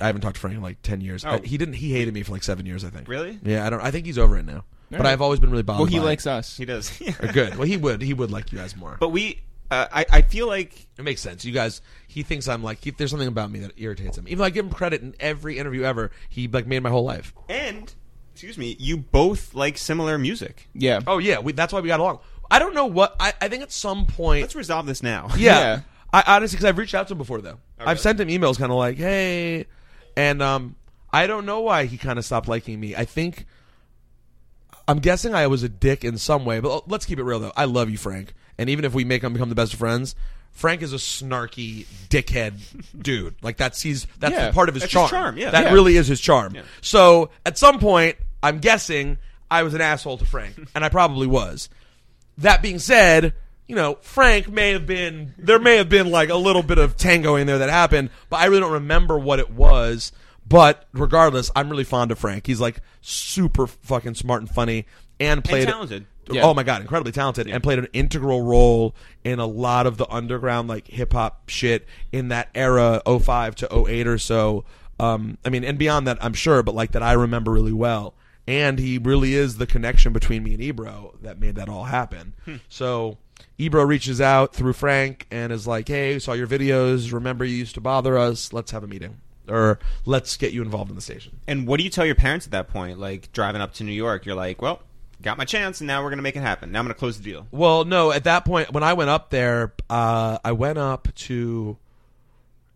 I haven't talked to Frank in like ten years. Oh. I- he didn't. He hated me for like seven years. I think. Really? Yeah. I don't. I think he's over it now. But I've always been really bothered. Well, he by it. likes us. He does. good. Well, he would. He would like you guys more. But we, uh, I, I feel like it makes sense. You guys. He thinks I'm like. He, there's something about me that irritates him. Even though I give him credit in every interview ever, he like made my whole life. and excuse me, you both like similar music. Yeah. Oh yeah. We, that's why we got along. I don't know what. I, I think at some point. Let's resolve this now. Yeah. Yeah. I honestly, because I've reached out to him before though. I've really? sent him emails, kind of like, hey, and um, I don't know why he kind of stopped liking me. I think, I'm guessing I was a dick in some way. But l- let's keep it real though. I love you, Frank, and even if we make him become the best of friends. Frank is a snarky dickhead dude. Like that's he's that's Yeah. part of his That's his charm. charm, yeah. That Yeah. really is his charm. So at some point, I'm guessing I was an asshole to Frank, and I probably was. That being said, you know, Frank may have been there may have been like a little bit of tango in there that happened, but I really don't remember what it was. But regardless, I'm really fond of Frank. He's like super fucking smart and funny and played talented. Yeah. Oh my god, incredibly talented and played an integral role in a lot of the underground like hip hop shit in that era 05 to 08 or so. Um I mean and beyond that I'm sure, but like that I remember really well. And he really is the connection between me and Ebro that made that all happen. So Ebro reaches out through Frank and is like, "Hey, saw your videos. Remember you used to bother us. Let's have a meeting." Or let's get you involved in the station. And what do you tell your parents at that point? Like driving up to New York, you're like, well, got my chance, and now we're gonna make it happen. Now I'm gonna close the deal. Well, no, at that point when I went up there, uh, I went up to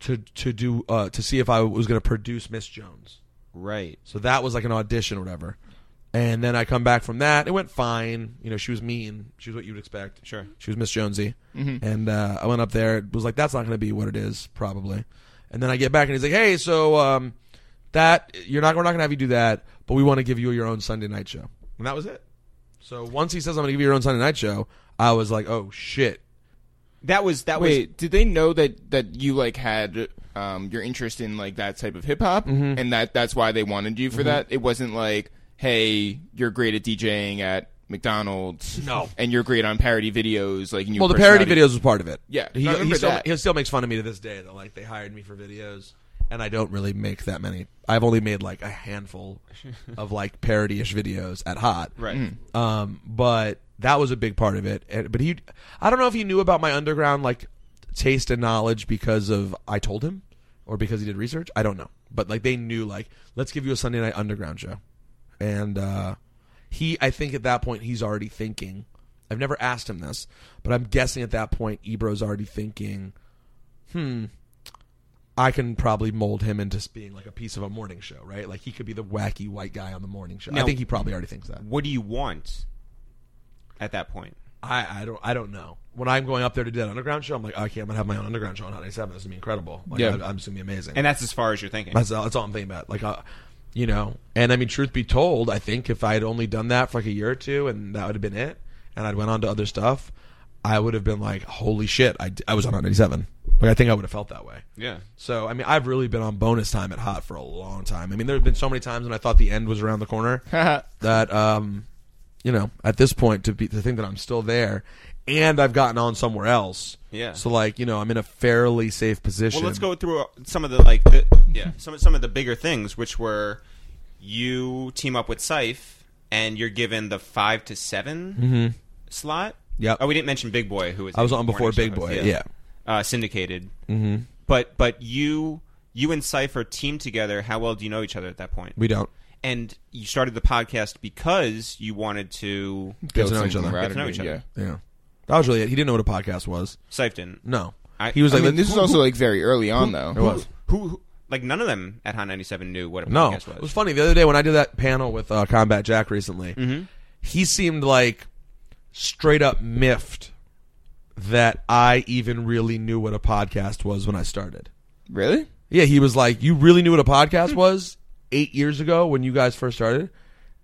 to to do uh, to see if I was going to produce Miss Jones. Right. So that was like an audition or whatever. And then I come back from that. It went fine. You know, she was mean. She was what you'd expect. Sure. She was Miss Jonesy. And uh, I went up there. Was like, that's not going to be what it is, probably. And then I get back, and he's like, hey, so um, that you're not we're not going to have you do that, but we want to give you your own Sunday night show. And that was it. So once he says I'm going to give you your own Sunday night show, I was like, oh shit. That was that was Wait, did they know that that you like had um, your interest in like that type of hip hop, Mm-hmm. and that that's why they wanted you for that? It wasn't like, hey, you're great at DJing at McDonald's, No. and you're great on parody videos, like and you Well, the parody videos was part of it. Yeah, he, I remember he still, that. he still makes fun of me to this day. That like they hired me for videos, and I don't really make that many. I've only made like a handful of like parody-ish videos at Hot, right. Um, but that was a big part of it. And, but he, I don't know if he knew about my underground like taste and knowledge because of I told him, or because he did research. I don't know, but like they knew like let's give you a Sunday night underground show, and uh, he, I think at that point he's already thinking. I've never asked him this, but I'm guessing at that point Ebro's already thinking, hmm. I can probably mold him into being like a piece of a morning show, right? Like he could be the wacky white guy on the morning show. I Now- think he probably already thinks that. What do you want at that point? I, I don't I don't know. When I'm going up there to do that underground show, I'm like, okay, I'm gonna have my own underground show on Hot 97. This is gonna be incredible. Like, Yeah. I'm, I'm just gonna be amazing. And that's as far as you're thinking. that's all, that's all I'm thinking about. Like, uh, you know. And I mean, truth be told, I think if I had only done that for like a year or two, and that would have been it, and I'd went on to other stuff, I would have been like, holy shit, I, d- I was on Hot 97. Like, I think I would have felt that way. Yeah. So I mean, I've really been on bonus time at Hot for a long time. I mean, there have been so many times when I thought the end was around the corner that um, you know, at this point to be to think that I'm still there and I've gotten on somewhere else. Yeah. So like, you know, I'm in a fairly safe position. Well, let's go through uh, some of the like the, yeah some some of the bigger things, which were you team up with Syph and you're given the five to 7 slot. Mm-hmm. Yep. Oh, we didn't mention Big Boy, who was I was the on before morning show Big Boy, host, yeah. Uh, syndicated. Mm-hmm. But but you you and Syph are teamed together. How well do you know each other at that point? We don't. and you started the podcast because you wanted to Get to know each other. Get to know each other. Yeah. Yeah. That was really it. He didn't know what a podcast was. Sifton. No. I- he was I like mean, this who- is also like very early on, though. who- was. Who, who like none of them at Hot 97 knew what a No, podcast it was. was funny the other day when I did that panel with uh, Combat Jack recently. He seemed like straight up miffed that I even really knew what a podcast was when I started. Really? Yeah, he was like, "You really knew what a podcast was eight years ago when you guys first started."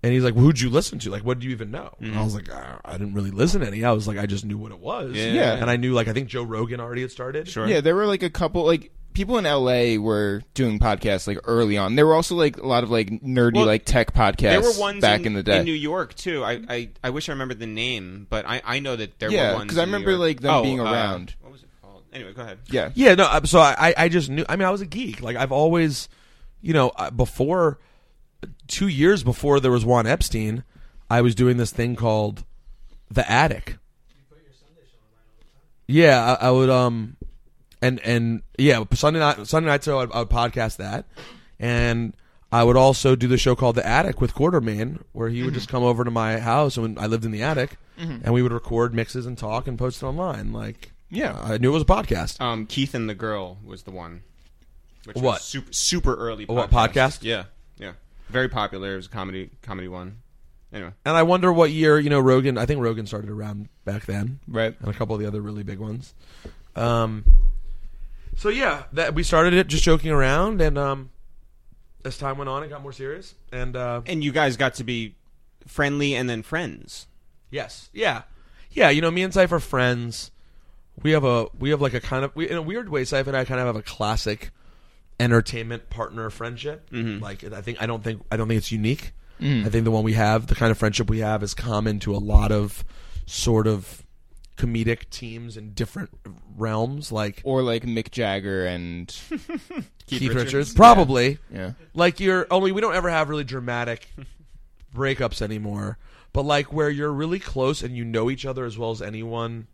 And he's like, "Who'd you listen to? Like, what do you even know?" And I was like, "Ah, "I didn't really listen to any. I was like, I just knew what it was. Yeah. and I knew like I think Joe Rogan already had started. Sure, Yeah, there were like a couple like people in LA were doing podcasts like early on. There were also like a lot of like nerdy Well, like tech podcasts There were ones back in, in, the day. New York too. I, I, I wish I remembered the name, but I, I know that there Yeah, were ones. 'cause I in New remember, York. like, them Oh, being uh, around. What was it called? Anyway, go ahead. yeah. Yeah, no. I- So I, I just knew. I mean, I was a geek. Like I've always, you know, uh, before two years before there was Juan Epstein, I was doing this thing called the Attic. Yeah, I, I would. Um, and and yeah, Sunday night, Sunday night. So I would, I would podcast that, and I would also do the show called The Attic with Quartermain, where he would just come over to my house, and when I lived in the attic, and we would record mixes and talk and post it online. Like, Yeah. I knew it was a podcast. Um, Keith and the Girl was the one. Which was What? super super early. Podcast. what, podcast? Yeah, yeah. Very popular. It was a comedy comedy one. Anyway, And I wonder what year, you know, Rogan, I think Rogan started around back then. Right. And a couple of the other really big ones. Um, so yeah, that we started it just joking around and um, as time went on it got more serious and uh, and you guys got to be friendly and then friends. yes. Yeah. Yeah, you know, me and Syph are friends. We have a we have like a kind of we, in a weird way Syph and I kind of have a classic entertainment partner friendship. Like I think I don't think I don't think it's unique. I think the one we have, the kind of friendship we have, is common to a lot of sort of comedic teams in different realms, like Or like Mick Jagger and Keith, Richards, probably. yeah. Like you're only we don't ever have really dramatic breakups anymore, but like where you're really close and you know each other as well as anyone.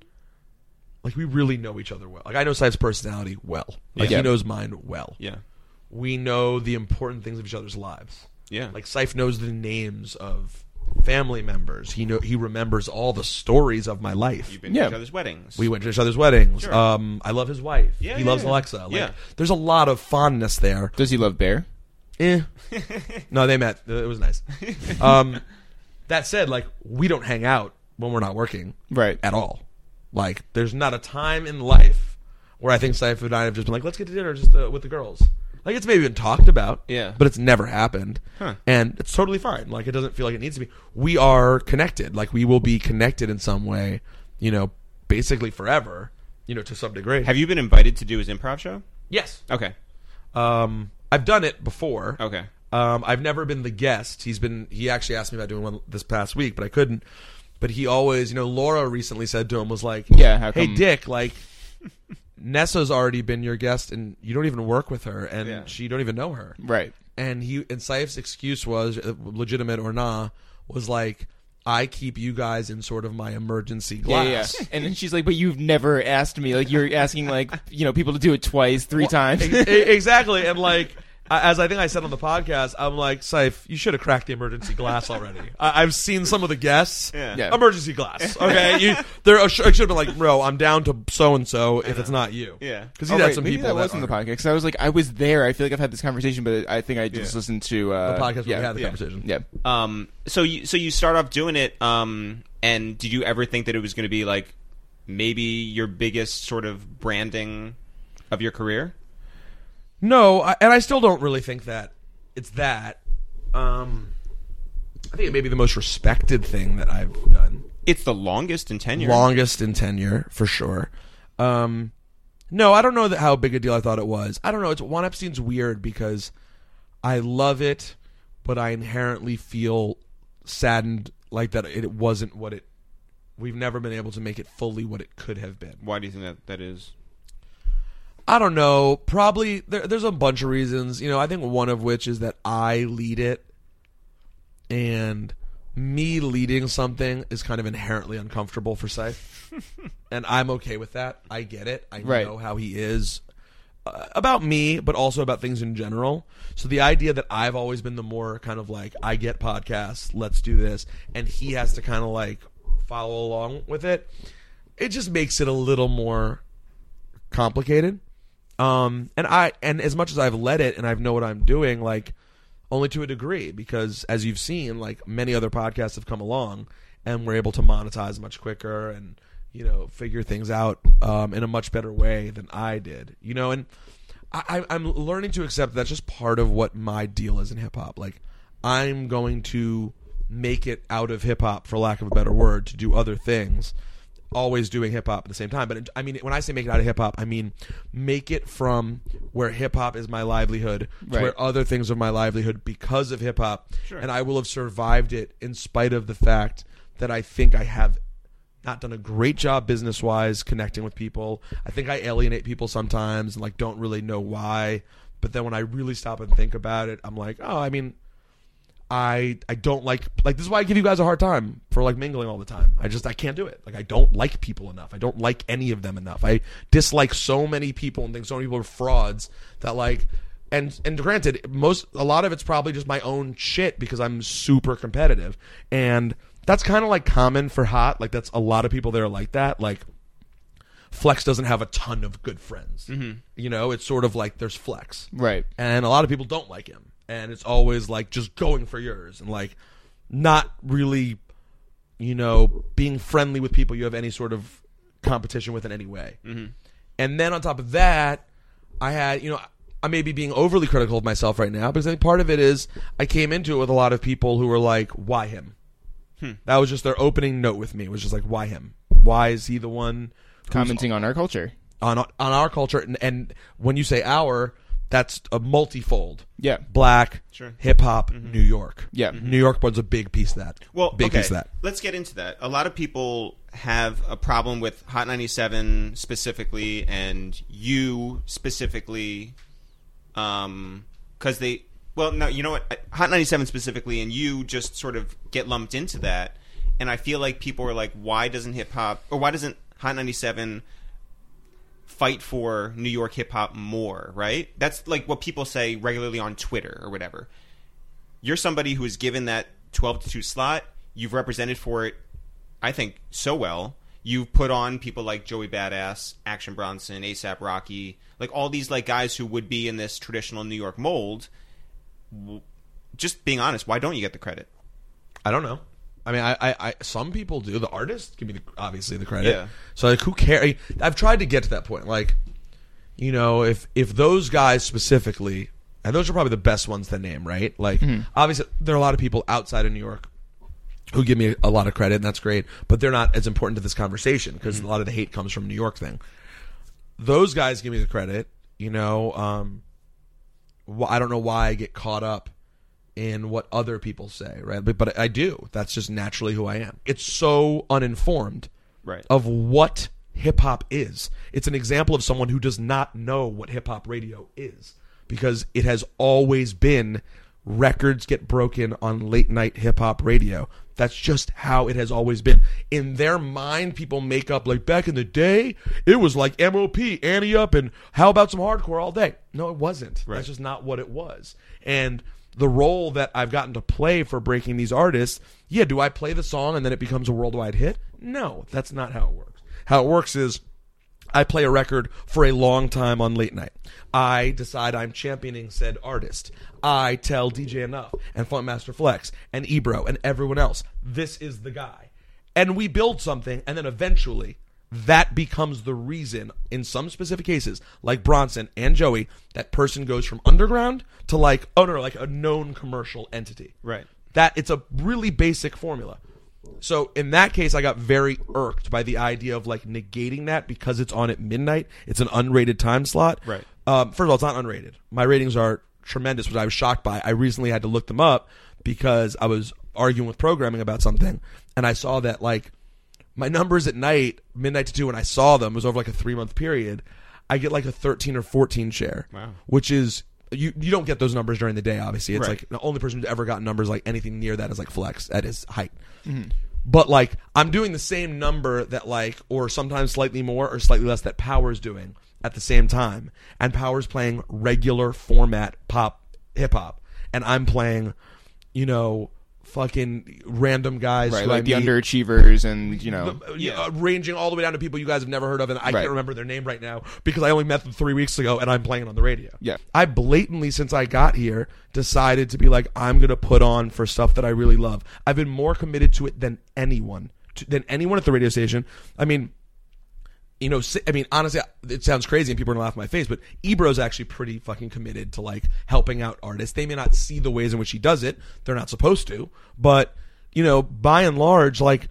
Like we really know each other well. Like I know Side's personality well. Like Yeah. he knows mine well. Yeah, We know the important things of each other's lives. yeah. Like Syph knows the names of family members. He know he remembers all the stories of my life. You've been Yeah. to each other's weddings. We went to each other's weddings. Sure. Um, I love his wife. Yeah, he yeah, loves yeah. Alexa. Like, Yeah. There's a lot of fondness there. Does he love bear? Eh. no, they met. It was nice. Um, that said, like we don't hang out when we're not working Right. at all. Like there's not a time in life where I think Saif and I have just been like, let's get to dinner just uh, with the girls. Like it's maybe been talked about, Yeah. but it's never happened, Huh. and it's totally fine. Like it doesn't feel like it needs to be. We are connected. Like we will be connected in some way, you know, basically forever, you know, to some degree. Have you been invited to do his improv show? yes, Okay. um, I've done it before. Okay. Um, I've never been the guest. He's been. He actually asked me about doing one this past week, but I couldn't. But he always, you know, Laura recently said to him was like, Yeah, how hey come- Dick, like Nessa's already been your guest, and you don't even work with her, and Yeah. she you don't even know her." Right. And he and Saif's excuse was, uh, legitimate or not, was like, "I keep you guys in sort of my emergency Yeah, glass." yeah. yeah. and then she's like, "But you've never asked me. Like you're asking like you know people to do it twice, three times." E- exactly. And like, I- as I think I said on the podcast, I'm like, Saif, you should have cracked the emergency glass already. I- I've seen some of the guests. Yeah. Yeah. Emergency glass. Okay. You, there, I should have been like, bro, I'm down to so and so if it's not you. Yeah. Because Oh, you had right, some maybe people that wasn't are- the podcast. 'cause I was like, I was there. I feel like I've had this conversation, but I think I just Yeah. listened to uh, the podcast where Yeah, we had the yeah. conversation. yeah. Um. So you so you start off doing it. Um. And did you ever think that it was going to be like maybe your biggest sort of branding of your career? No, I, and I still don't really think that it's that. Um, I think it may be the most respected thing that I've done. It's the longest in tenure. longest in tenure for sure. Um, no, I don't know that how big a deal I thought it was. I don't know. It's Juan Epstein's weird because I love it, but I inherently feel saddened like that it wasn't what it. We've never been able to make it fully what it could have been. Why do you think that that is? I don't know. Probably there, there's a bunch of reasons. You know, I think one of which is that I lead it, and me leading something is kind of inherently uncomfortable for Scythe. and I'm okay with that. I get it. I Right. know how he is uh, about me, but also about things in general. So the idea that I've always been the more kind of like I get podcasts, let's do this, and he has to kind of like follow along with it. It just makes it a little more complicated. Um, and I and as much as I've led it and I know what I'm doing, like only to a degree, because as you've seen, like many other podcasts have come along and we're able to monetize much quicker and you know figure things out um, in a much better way than I did. You know, and I, I- I'm learning to accept that's just part of what my deal is in hip hop. Like I'm going to make it out of hip hop, for lack of a better word, to do other things always doing hip hop at the same time. But I mean, when I say make it out of hip hop, I mean make it from where hip hop is my livelihood to Right. where other things are my livelihood because of hip hop. And I will have survived it in spite of the fact that I think I have not done a great job business wise connecting with people. I think I alienate people sometimes and like don't really know why. But then when I really stop and think about it, I'm like, oh, I mean, I I don't like like this is why I give you guys a hard time for like mingling all the time. I just I can't do it. Like I don't like people enough. I don't like any of them enough. I dislike so many people and think so many people are frauds that like and and granted most a lot of it's probably just my own shit because I'm super competitive and that's kind of like common for hot. Like that's a lot of people that are like that. Like Flex doesn't have a ton of good friends. You know, it's sort of like there's Flex Right. and a lot of people don't like him and it's always like just going for yours and like not really you know being friendly with people you have any sort of competition with in any way and then on top of that i had you know i may be being overly critical of myself right now because i think part of it is i came into it with a lot of people who were like why him that was just their opening note with me was just like why him why is he the one who's Commenting on our culture. on on our culture and, and when you say our that's a multifold Yeah. black Sure. Mm-hmm. hip hop new york Yeah. Mhm. new york was a big piece of that Well, big okay. piece of that Let's get into that. A lot of people have a problem with Hot 97 specifically, and you specifically, um, because they. Well, no, you know what? I- Hot 97 specifically, and you just sort of get lumped into that, and I feel like people are like, why doesn't hip hop or why doesn't Hot 97 fight for New York hip hop more? Right? That's like what people say regularly on Twitter or whatever you're somebody who is given that 12 to 2 slot You've represented for it, I think, so well. You've put on people like Joey Badass, Action Bronson, ASAP Rocky, like all these like guys who would be in this traditional New York mold. W- Just being honest, why don't you get the credit? I don't know. I mean, I, I, I some people do. The artist give me the, obviously the credit. Yeah. So like, who cares? I've tried to get to that point. Like, you know, if if those guys specifically, and those are probably the best ones to name, right? Like, obviously, there are a lot of people outside of New York who give me a lot of credit, and that's great. But they're not as important to this conversation because a lot of the hate comes from New York thing. Those guys give me the credit. You know, um, wh- I don't know why I get caught up in what other people say, right? But, but I do. That's just naturally who I am. It's so uninformed Right. of what hip hop is. It's an example of someone who does not know what hip hop radio is because it has always been records get broken on late night hip hop radio. That's just how it has always been. In their mind, people make up like back in the day, it was like MOP, Annie Up, and how about some hardcore all day? No, it wasn't. That's just not what it was. And the role that I've gotten to play for breaking these artists, yeah, do I play the song and then it becomes a worldwide hit? No, that's not how it works. How it works is I play a record for a long time on late night. I decide I'm championing said artist. I tell DJ Enough and Funkmaster Flex and Ebro and everyone else, this is the guy. And we build something, and then eventually that becomes the reason in some specific cases, like Bronson and Joey, that person goes from underground to like, oh no, no, like a known commercial entity. Right. That it's a really basic formula. So in that case, I got very irked by the idea of like negating that because it's on at midnight. It's an unrated time slot. Right. Um, first of all, it's not unrated. My ratings are tremendous, which I was shocked by. I recently had to look them up because I was arguing with programming about something, and I saw that like my numbers at night, midnight to two, when I saw them it was over like a three month period. I get like a thirteen or fourteen share, Wow. which is you you don't get those numbers during the day. Obviously, it's Right. like the only person who's ever gotten numbers like anything near that is like Flex at his height. Mm-hmm. But like I'm doing the same number that like or sometimes slightly more or slightly less that Power's doing at the same time. And Power's playing regular format pop hip hop and I'm playing you know fucking random guys right? who I Like the meet- underachievers and you know. uh, yeah, uh, ranging all the way down to people you guys have never heard of, and I Right. can't remember their name right now because I only met them three weeks ago, and I'm playing on the radio. Yeah. I blatantly, since I got here, decided to be like, I'm gonna put on for stuff that I really love. I've been more committed to it than anyone, to, than anyone at the radio station. I mean, you know, si- I mean, honestly, it sounds crazy and people are gonna laugh in my face, but Ebro's actually pretty fucking committed to like helping out artists. They may not see the ways in which he does it; they're not supposed to, but you know, by and large, like.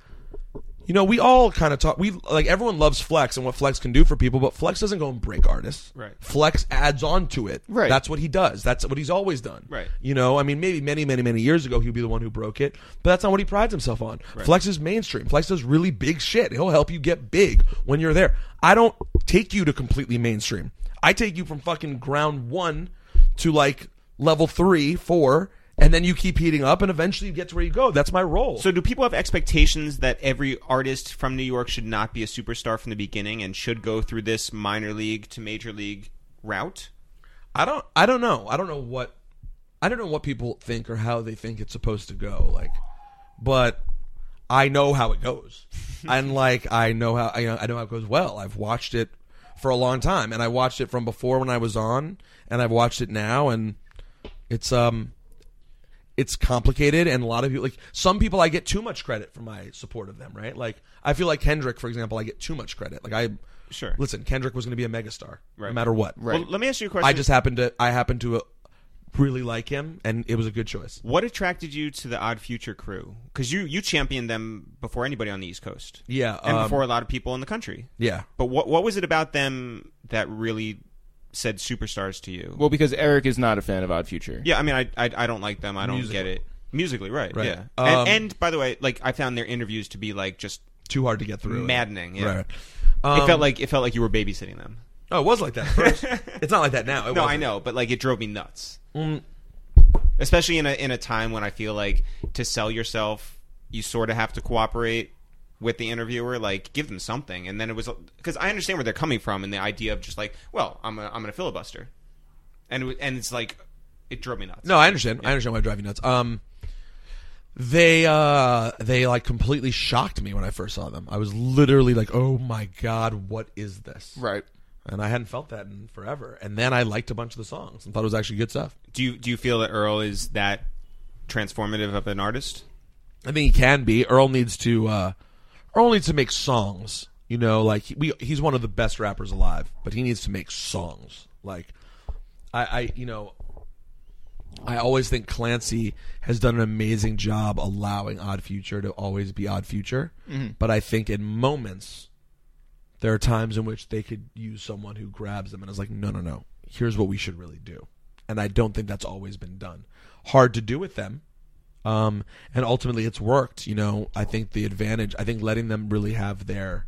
You know, we all kind of talk. We like everyone loves Flex and what Flex can do for people, but Flex doesn't go and break artists. Right. Flex adds on to it. Right. That's what he does. That's what he's always done. Right. You know, I mean, maybe many, many, many years ago he'd be the one who broke it, but that's not what he prides himself on. Flex is mainstream. Flex does really big shit. He'll help you get big when you're there. I don't take you to completely mainstream. I take you from fucking ground one to like level three, four, and then you keep heating up, and eventually you get to where you go. That's my role. So, do people have expectations that every artist from New York should not be a superstar from the beginning and should go through this minor league to major league route? I don't I don't know. I don't know what I don't know what people think or how they think it's supposed to go. Like but I know how it goes. and like I know how I know, I know how it goes well. I've watched it for a long time and I watched it from before when I was on and I've watched it now and it's um it's complicated and a lot of people like some people I get too much credit for my support of them, right? Like I feel like Kendrick, for example, I get too much credit. Like I Sure. listen, Kendrick was gonna be a megastar no Right. matter what. Right. Well, let me ask you a question. I just happened to I happened to uh, really like him, and it was a good choice. What attracted you to the Odd Future crew? Because you you championed them before anybody on the East Coast. Yeah, and um, before a lot of people in the country. Yeah, But what what was it about them that really said superstars to you? Well, because Eric is not a fan of Odd Future. yeah, I mean, I I, I don't like them. I don't get it musically, right? Right. Yeah. Um, and, and by the way, like I found their interviews to be like just too hard to get through. maddening. Yeah. Right. Um, it felt like it felt like you were babysitting them. Oh, it was like that at first. it's not like that now. It No, I wasn't. know, but like it drove me nuts. Especially in a in a time when I feel like to sell yourself, you sort of have to cooperate with the interviewer, like give them something. And then it was because I understand where they're coming from and the idea of just like, well, I'm a, I'm gonna filibuster, and it, wa- and it's like it drove me nuts. No, I understand. I understand why I drive you nuts. Um, They uh they like completely shocked me when I first saw them. I was literally like, "Oh my god, what is this?" Right. And I hadn't felt that in forever. And then I liked a bunch of the songs and thought it was actually good stuff. Do you do you feel that Earl is that transformative of an artist? I think he can be. Earl needs to uh Earl needs to make songs. You know, like he- we he's one of the best rappers alive, but he needs to make songs. Like I, I you know I always think Clancy has done an amazing job allowing Odd Future to always be Odd Future. But I think in moments there are times in which they could use someone who grabs them and is like, no, no, no, here's what we should really do. And I don't think that's always been done. Hard to do with them. Um, and ultimately it's worked. You know, I think the advantage, I think letting them really have their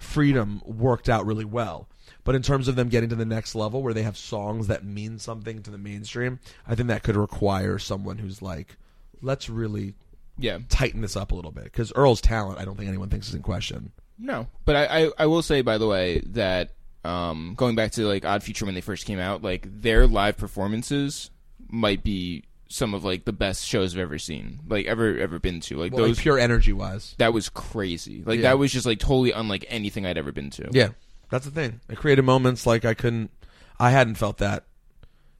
freedom worked out really well. But in terms of them getting to the next level where they have songs that mean something to the mainstream, I think that could require someone who's like, let's really Yeah. tighten this up a little bit. Because Earl's talent, I don't think anyone thinks is in question. No, but I, I, I will say by the way that um, going back to like Odd Future when they first came out, like their live performances might be some of like the best shows I've ever seen, like ever ever been to. Like Well, like, those, pure energy wise. that was crazy. Like Yeah. that was just like totally unlike anything I'd ever been to. Yeah, that's the thing. It created moments like I couldn't, I hadn't felt that.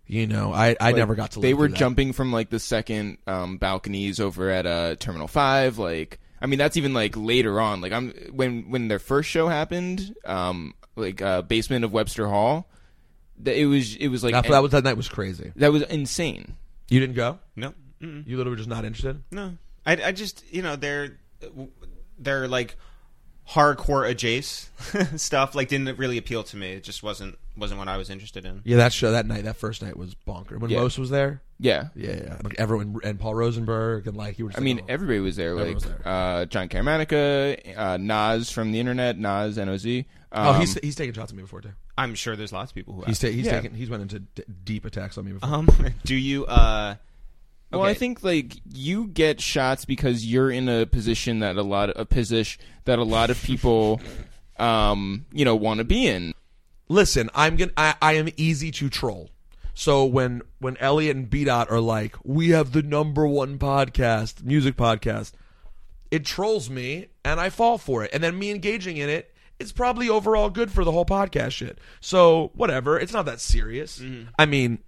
You know, I I Like, never got to. They live were through that. jumping from like the second um, balconies over at uh, Terminal Five. Like, I mean, that's even like later on. Like, I'm when when their first show happened, um, like uh, basement of Webster Hall. That it was it was like That, that was that night was crazy. That was insane. You didn't go. No, Mm-hmm. Mm-mm. You literally were just not interested. no. I, I just you know they're they're like hardcore adjacent stuff. Like didn't really appeal to me. It just wasn't wasn't what I was interested in. Yeah, that show that night, that first night was bonker. When Yeah. Los was there, Yeah. yeah, yeah, like everyone and Paul Rosenberg and like you were. Just I like, mean, oh. everybody was there. Like Everyone was there. Uh, John Caramanica, uh, Nas from the internet, Nas N O Z. oh, Um, he's he's taken shots at me before too. I'm sure there's lots of people who. He's ta- he's yeah. taken he's went into d- deep attacks on me before. um, do you? Uh, Oh, well, I okay. think like you get shots because you're in a position that a lot of, a position that a lot of people, um, you know, want to be in. listen, I'm gonna I, I am easy to troll. So when when Elliot and B Dot are like, we have the number one podcast, music podcast, it trolls me and I fall for it. And then me engaging in it, it's probably overall good for the whole podcast shit. So whatever, it's not that serious. I mean,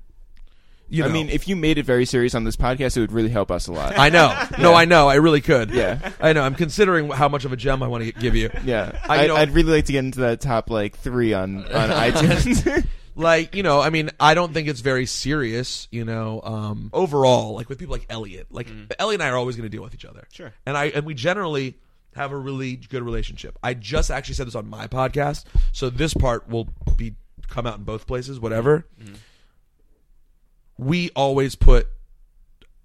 you know, I mean, if you made it very serious on this podcast, it would really help us a lot. I know, no, I know, I really could. Yeah. I know. I'm considering how much of a gem I want to give you. yeah, I- you I, know- I'd really like to get into that top like three on on iTunes. like you know i mean i don't think it's very serious you know um overall like with people like elliot like elliot and i are always going to deal with each other Sure. and i and we generally have a really good relationship i just actually said this on my podcast so this part will be come out in both places whatever we always put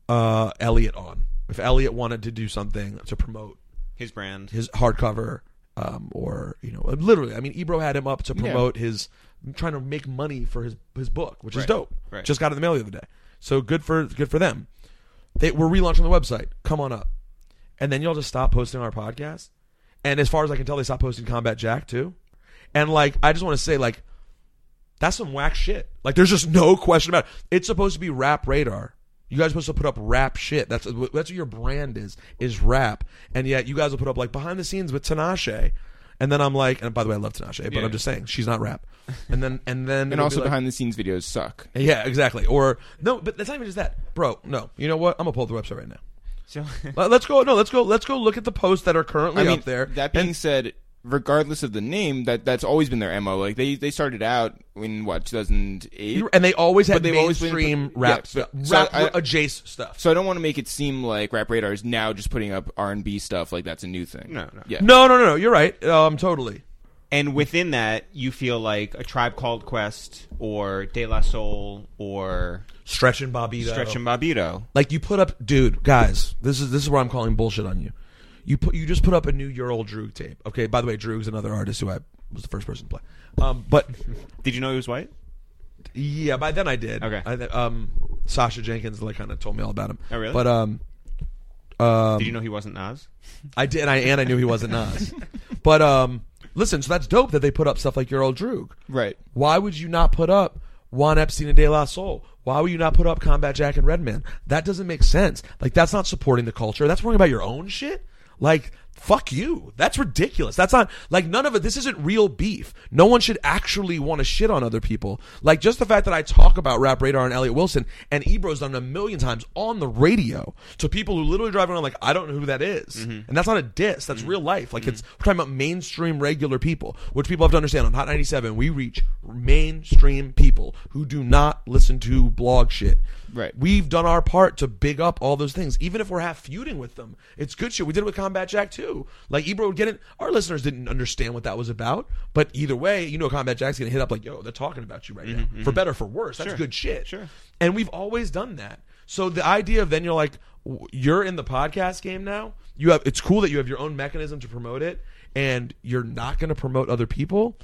uh elliot on if elliot wanted to do something to promote his brand. his hardcover um, or you know literally i mean ebro had him up to promote his trying to make money for his his book which is dope right. just got in the mail the other day so good for good for them they we're relaunching the website come on up and then y'all just stop posting our podcast and as far as i can tell they stopped posting combat jack too and like i just want to say like that's some whack shit. Like, there's just no question about it. It's supposed to be rap radar. You guys are supposed to put up rap shit. That's that's what your brand is is rap, and yet you guys will put up like behind the scenes with Tinashe, and then I'm like, and by the way, I love Tinashe, but Yeah. I'm just saying she's not rap, and then and then and it'll also be like- behind the scenes videos suck. yeah, exactly, or no, but that's not even just that, bro. No, you know what? I'm gonna pull up the website right now. So Let- Let's go. No, let's go. Let's go look at the posts that are currently I mean, up there. That being said, regardless of the name, that that's always been their mo. Like they they started out in what 2008. and they always had they've always been- mainstream yeah, rap, so- stuff- so rap I- adjacent stuff. So I don't want to make it seem like Rap Radar is now just putting up R and B stuff like that's a new thing. No, no. Yeah. no, no, no, no. You're right. Um, totally. And within that, you feel like a tribe called Quest or De La Soul or Stretch and Bobby. Stretch and Bobbito. Like you put up, dude, guys. This is this is where I'm calling bullshit on you. You put you just put up a new year old Droog tape. Okay. By the way, Droog's another artist who I was the first person to play. Um, but Did you know he was white? yeah, by then I did. Okay. I, th- um, Sasha Jenkins like kind of told me all about him. Oh, really? But um, um, Did you know he wasn't Nas? I did, and I and I knew he wasn't Nas. but um, listen, so that's dope that they put up stuff like your old Droog. Right. Why would you not put up Juan Epstein and De La Soul. Why would you not put up Combat Jack and Redman? That doesn't make sense. Like that's not supporting the culture. That's worrying about your own shit. Like fuck you. That's ridiculous. That's not like none of it. This isn't real beef. No one should actually want to shit on other people. Like just the fact that I talk about Rap Radar and Elliot Wilson and Ebro's done it a million times on the radio to people who literally drive around like I don't know who that is. and that's not a diss. That's real life. Like it's we're talking about mainstream regular people, which people have to understand. On Hot ninety seven, we reach mainstream people who do not listen to blog shit. Right. We've done our part to big up all those things, even if we're half feuding with them. It's good shit. We did it with Combat Jack too. Like Ebro would get it. Our listeners didn't understand what that was about, but either way, you know Combat Jack's gonna hit up like, yo, they're talking about you right now, for better or for worse. That's good shit. Mm-hmm, Sure. And we've always done that. So the idea of then you're like, w- you're in the podcast game now. You have it's cool that you have your own mechanism to promote it, and you're not gonna promote other people.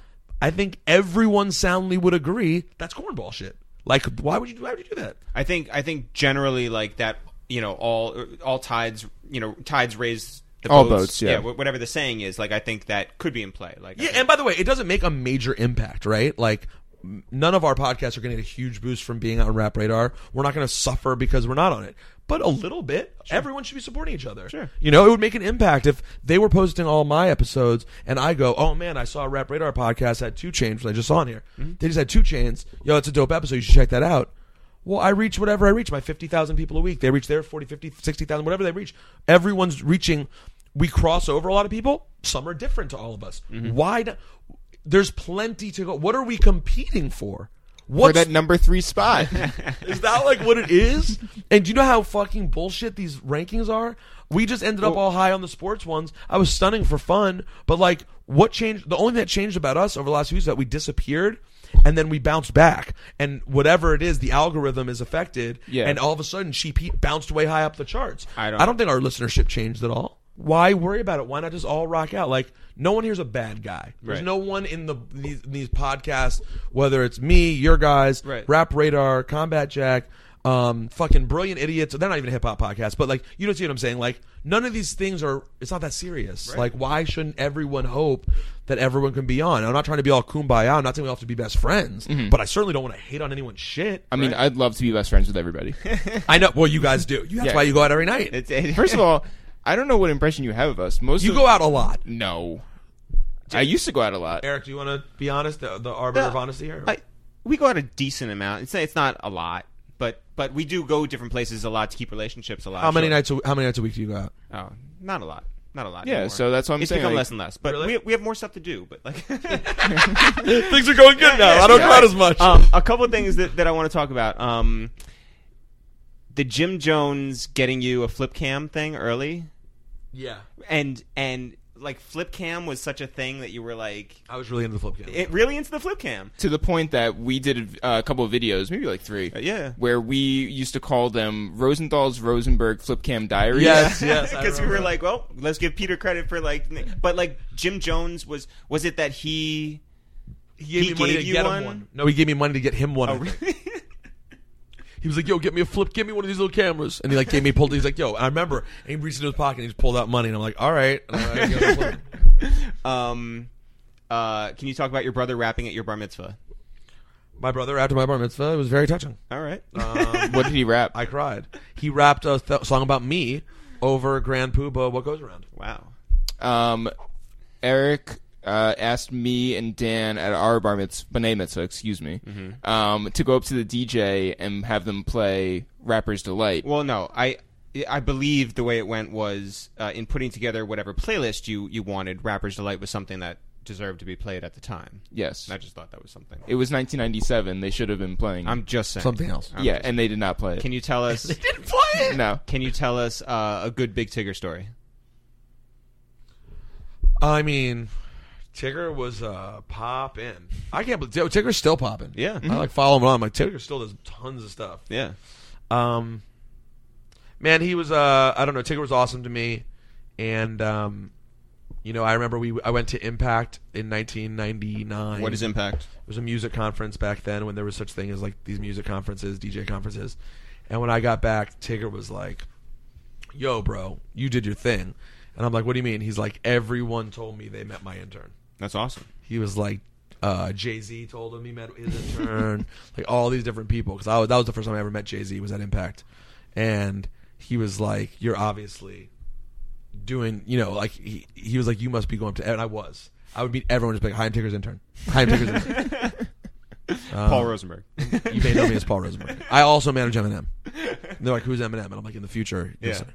I think everyone soundly would agree that's cornball shit. Like, why would you? Why would you do that? I think I think generally like that you know all all tides you know tides raise the All boats, boats, yeah. wh- whatever the saying is like I think that could be in play like I Yeah, think- and by the way, it doesn't make a major impact, right? Like m- none of our podcasts are going to get a huge boost from being on Rap Radar. We're not going to suffer because we're not on it. But a little bit, everyone should be supporting each other. Sure. You know, it would make an impact if they were posting all my episodes and I go, "Oh man, I saw a Rap Radar podcast had two chains, which I just saw on here. They just had two chains. Yo, it's a dope episode. You should check that out." Well, I reach whatever I reach, my 50,000 people a week. They reach their 40, 50, 60,000, whatever they reach. Everyone's reaching. We cross over a lot of people. Some are different to all of us. Mm-hmm. Why? Do, there's plenty to go. What are we competing for for? What's that number three spot. is that like what it is? And do you know how fucking bullshit these rankings are? We just ended up all high on the sports ones. I was stunning for fun, but like what changed the only thing that changed about us over the last few years is that we disappeared and then we bounced back. And whatever it is, the algorithm is affected. Yeah. And all of a sudden she pe- bounced way high up the charts. I don't- I don't think our listenership changed at all. Why worry about it? Why not just all rock out? Like no one here's a bad guy. There's Right. no one in the these, these podcasts, whether it's me, your guys, Right. Rap Radar, Combat Jack, um, fucking Brilliant Idiots. They're not even hip hop podcasts, but like you don't see what I'm saying. Like none of these things are. It's not that serious. Like why shouldn't everyone hope that everyone can be on? I'm not trying to be all kumbaya. I'm not saying we all have to be best friends, but I certainly don't want to hate on anyone's shit. I mean, I'd love to be best friends with everybody. I know. Well, you guys do. You- That's Yeah. why you go out every night. It's- it- First of all, I don't know what impression you have of us. Most you of- go out a lot. No, I used to go out a lot. Eric, do you want to be honest? The, the arbiter of honesty here. I, we go out a decent amount. It's it's not a lot, but but we do go different places a lot to keep relationships alive. how many sure. nights? A, how many nights a week do you go out? Oh, not a lot. Not a lot. Yeah, anymore. so that's what I'm it's saying, become like- less and less, but Really? we, we have more stuff to do. But like, Things are going good now. I don't go out as much. um, a couple of things that, that I want to talk about. Um, the Jim Jones getting you a flip cam thing early, yeah, and and like flip cam was such a thing that you were like I was really into the flip game. it, really into the flip cam. To the point that we did uh, a, a couple of videos, maybe like three, Uh, yeah. where we used to call them Rosenthal's Rosenberg Flip Cam Diaries. Yes, yes. I because we were remember. like, well, let's give Peter credit for like, but like Jim Jones was was it that he he gave he me money gave to you get one? Oh, him one. No, he gave me money to get him one. I really? think. he was like, "Yo, get me a flip, get me one of these little cameras," and he like gave me pulled. He's like, "Yo," and I remember, and he reached into his pocket and he just pulled out money, and I'm like, "All right." And I gave him a flip. um uh can you talk about your brother rapping at your bar mitzvah? my brother after my bar mitzvah, it was very touching. All right. Um, What did he rap? I cried. He rapped a th- song about me over Grand Poobah, "What Goes Around." wow. um, Eric uh, asked me and Dan at our bar mitzvah, b'nai mitzvah, excuse me, Mm-hmm. um, to go up to the DJ and have them play "Rapper's Delight." Well, no, I I believe the way it went was uh, in putting together whatever playlist you you wanted. Rapper's Delight was something that deserved to be played at the time. yes, And I just thought that was something. it was 1997. They should have been playing. I'm just saying. Something else. I'm yeah, just- and they did not play it. Can you tell us? Didn't play it. no, Can you tell us uh, a good Big Tigger story? I mean, Tigger was uh, popping. I can't believe Yo, Tigger's still popping. Yeah. I like follow him on. Like Tigger still does tons of stuff. Yeah. Um, man, he was. Uh, I don't know. Tigger was awesome to me, and um, you know, I remember we. I went to Impact in 1999. What is impact? It was a music conference back then when there was such thing as like these music conferences, DJ conferences. And when I got back, Tigger was like, "Yo, bro, you did your thing," and I'm like, "What do you mean?" He's like, "Everyone told me they met my intern." That's awesome. He was like, Uh, Jay Z told him he met his intern, like all these different people. Because I was, that was the first time I ever met Jay Z was at Impact, and he was like, "You're obviously doing, you know, like he, he was like, you must be going to." E-" And I was. I would meet everyone just be like, "Hi, I'm Ticker's intern. Hi, I'm Ticker's intern." Um, Paul Rosenberg. you may know me as Paul Rosenberg. I also manage Eminem. And they're like, "Who's Eminem?" And I'm like, "In the future, yes, Yeah. sir."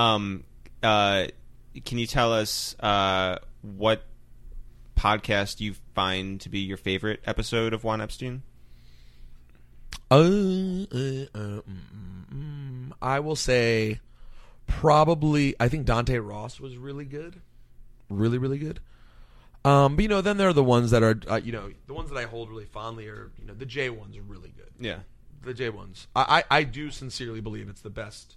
Um, uh, can you tell us uh, what podcast you find to be your favorite episode of Juan Epstein? Uh, uh, uh, mm, mm, mm. I will say probably I think Dante Ross was really good. Really really good. Um, but you know, then there are the ones that are uh, you know, the ones that I hold really fondly are, you know, the J ones are really good. Yeah. The J ones. I, I I do sincerely believe it's the best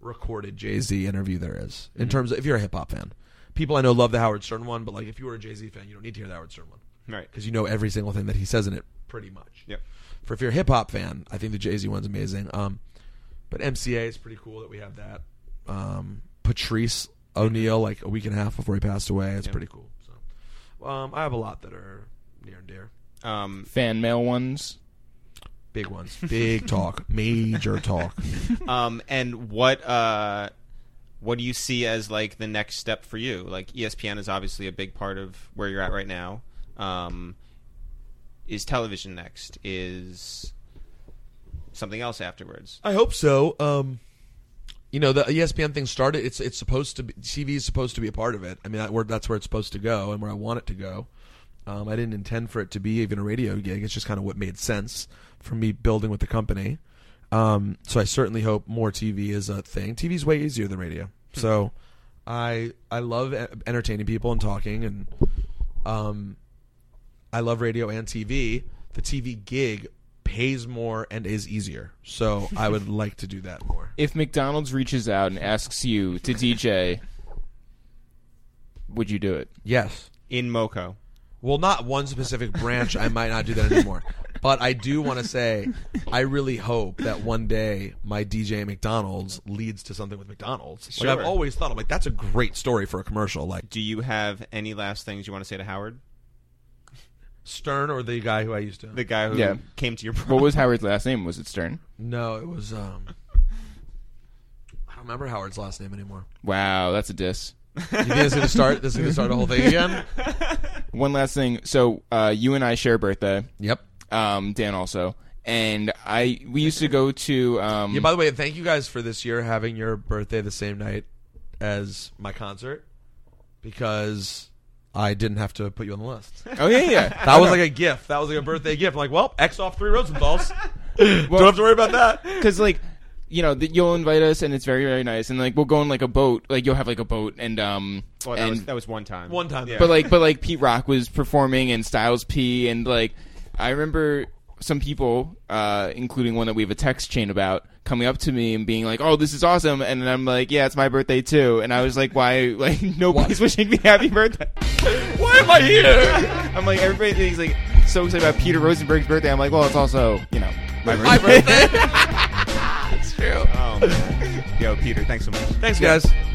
recorded Jay-Z interview there is in terms of if you're a hip hop fan. People I know love the Howard Stern one, but like if you were a Jay-Z fan, you don't need to hear the Howard Stern one Right. because you know every single thing that he says in it pretty much. Yep. For if you're a hip hop fan, I think the Jay Z one's amazing. Um, but MCA is pretty cool that we have that. Um, Patrice O'Neill, like a week and a half before he passed away, it's pretty cool. So, um, I have a lot that are near and dear, Um, Fan mail ones. big ones, big talk, major talk. um, and what uh, what do you see as like the next step for you? Like E ESPN is obviously a big part of where you're at right now. Um, is television next? Is something else afterwards? I hope so. Um, you know, the E ESPN thing started. It's it's supposed to be TV is supposed to be a part of it. I mean, that, where, that's where it's supposed to go and where I want it to go. Um, I didn't intend for it to be even a radio gig. It's just kind of what made sense for me building with the company. Um, so I certainly hope more TV is a thing. TV's way easier than radio. So I I love e- entertaining people and talking and um, I love radio and TV. The TV gig pays more and is easier. So I would like to do that more. If McDonald's reaches out and asks you to DJ, would you do it? Yes. In Moco. Well, not one specific branch. I might not do that anymore. But I do want to say, I really hope that one day my DJ at McDonald's leads to something with McDonald's. Like Sure. I've always thought, I'm like, that's a great story for a commercial. Like Do you have any last things you want to say to Howard, Stern or the guy who I used to. the guy who Yeah. came to your What was Howard's last name? Was it Stern? no, it was. um I don't remember Howard's last name anymore. Wow, that's a diss. You think this is gonna start? This is gonna start the whole thing again? One last thing. So uh, you and I share a birthday. Yep. Um, Dan also, and I we used to go to. Um, Yeah, by the way, thank you guys for this year having your birthday the same night as my concert because I didn't have to put you on the list. oh yeah, yeah. That was like a gift. That was like a birthday gift. I'm like, well, X off three Rosenthal's. Don't have to worry about that. because like you know that you'll invite us and it's very very nice and like we'll go on like a boat like you'll have like a boat and um Well, Oh, that, and, was, that was one time. One time. Yeah. but like but like Pete Rock was performing and Styles P and like I remember some people uh including one that we have a text chain about coming up to me and being like oh this is awesome and then I'm like yeah it's my birthday too and I was like why like nobody's wishing me happy birthday Why am I here? I'm like everybody thinks like so excited about Peter Rosenberg's birthday I'm like well it's also you know my birthday. My birthday. Oh, man. Yo, Peter, thanks so much. Thanks, guys.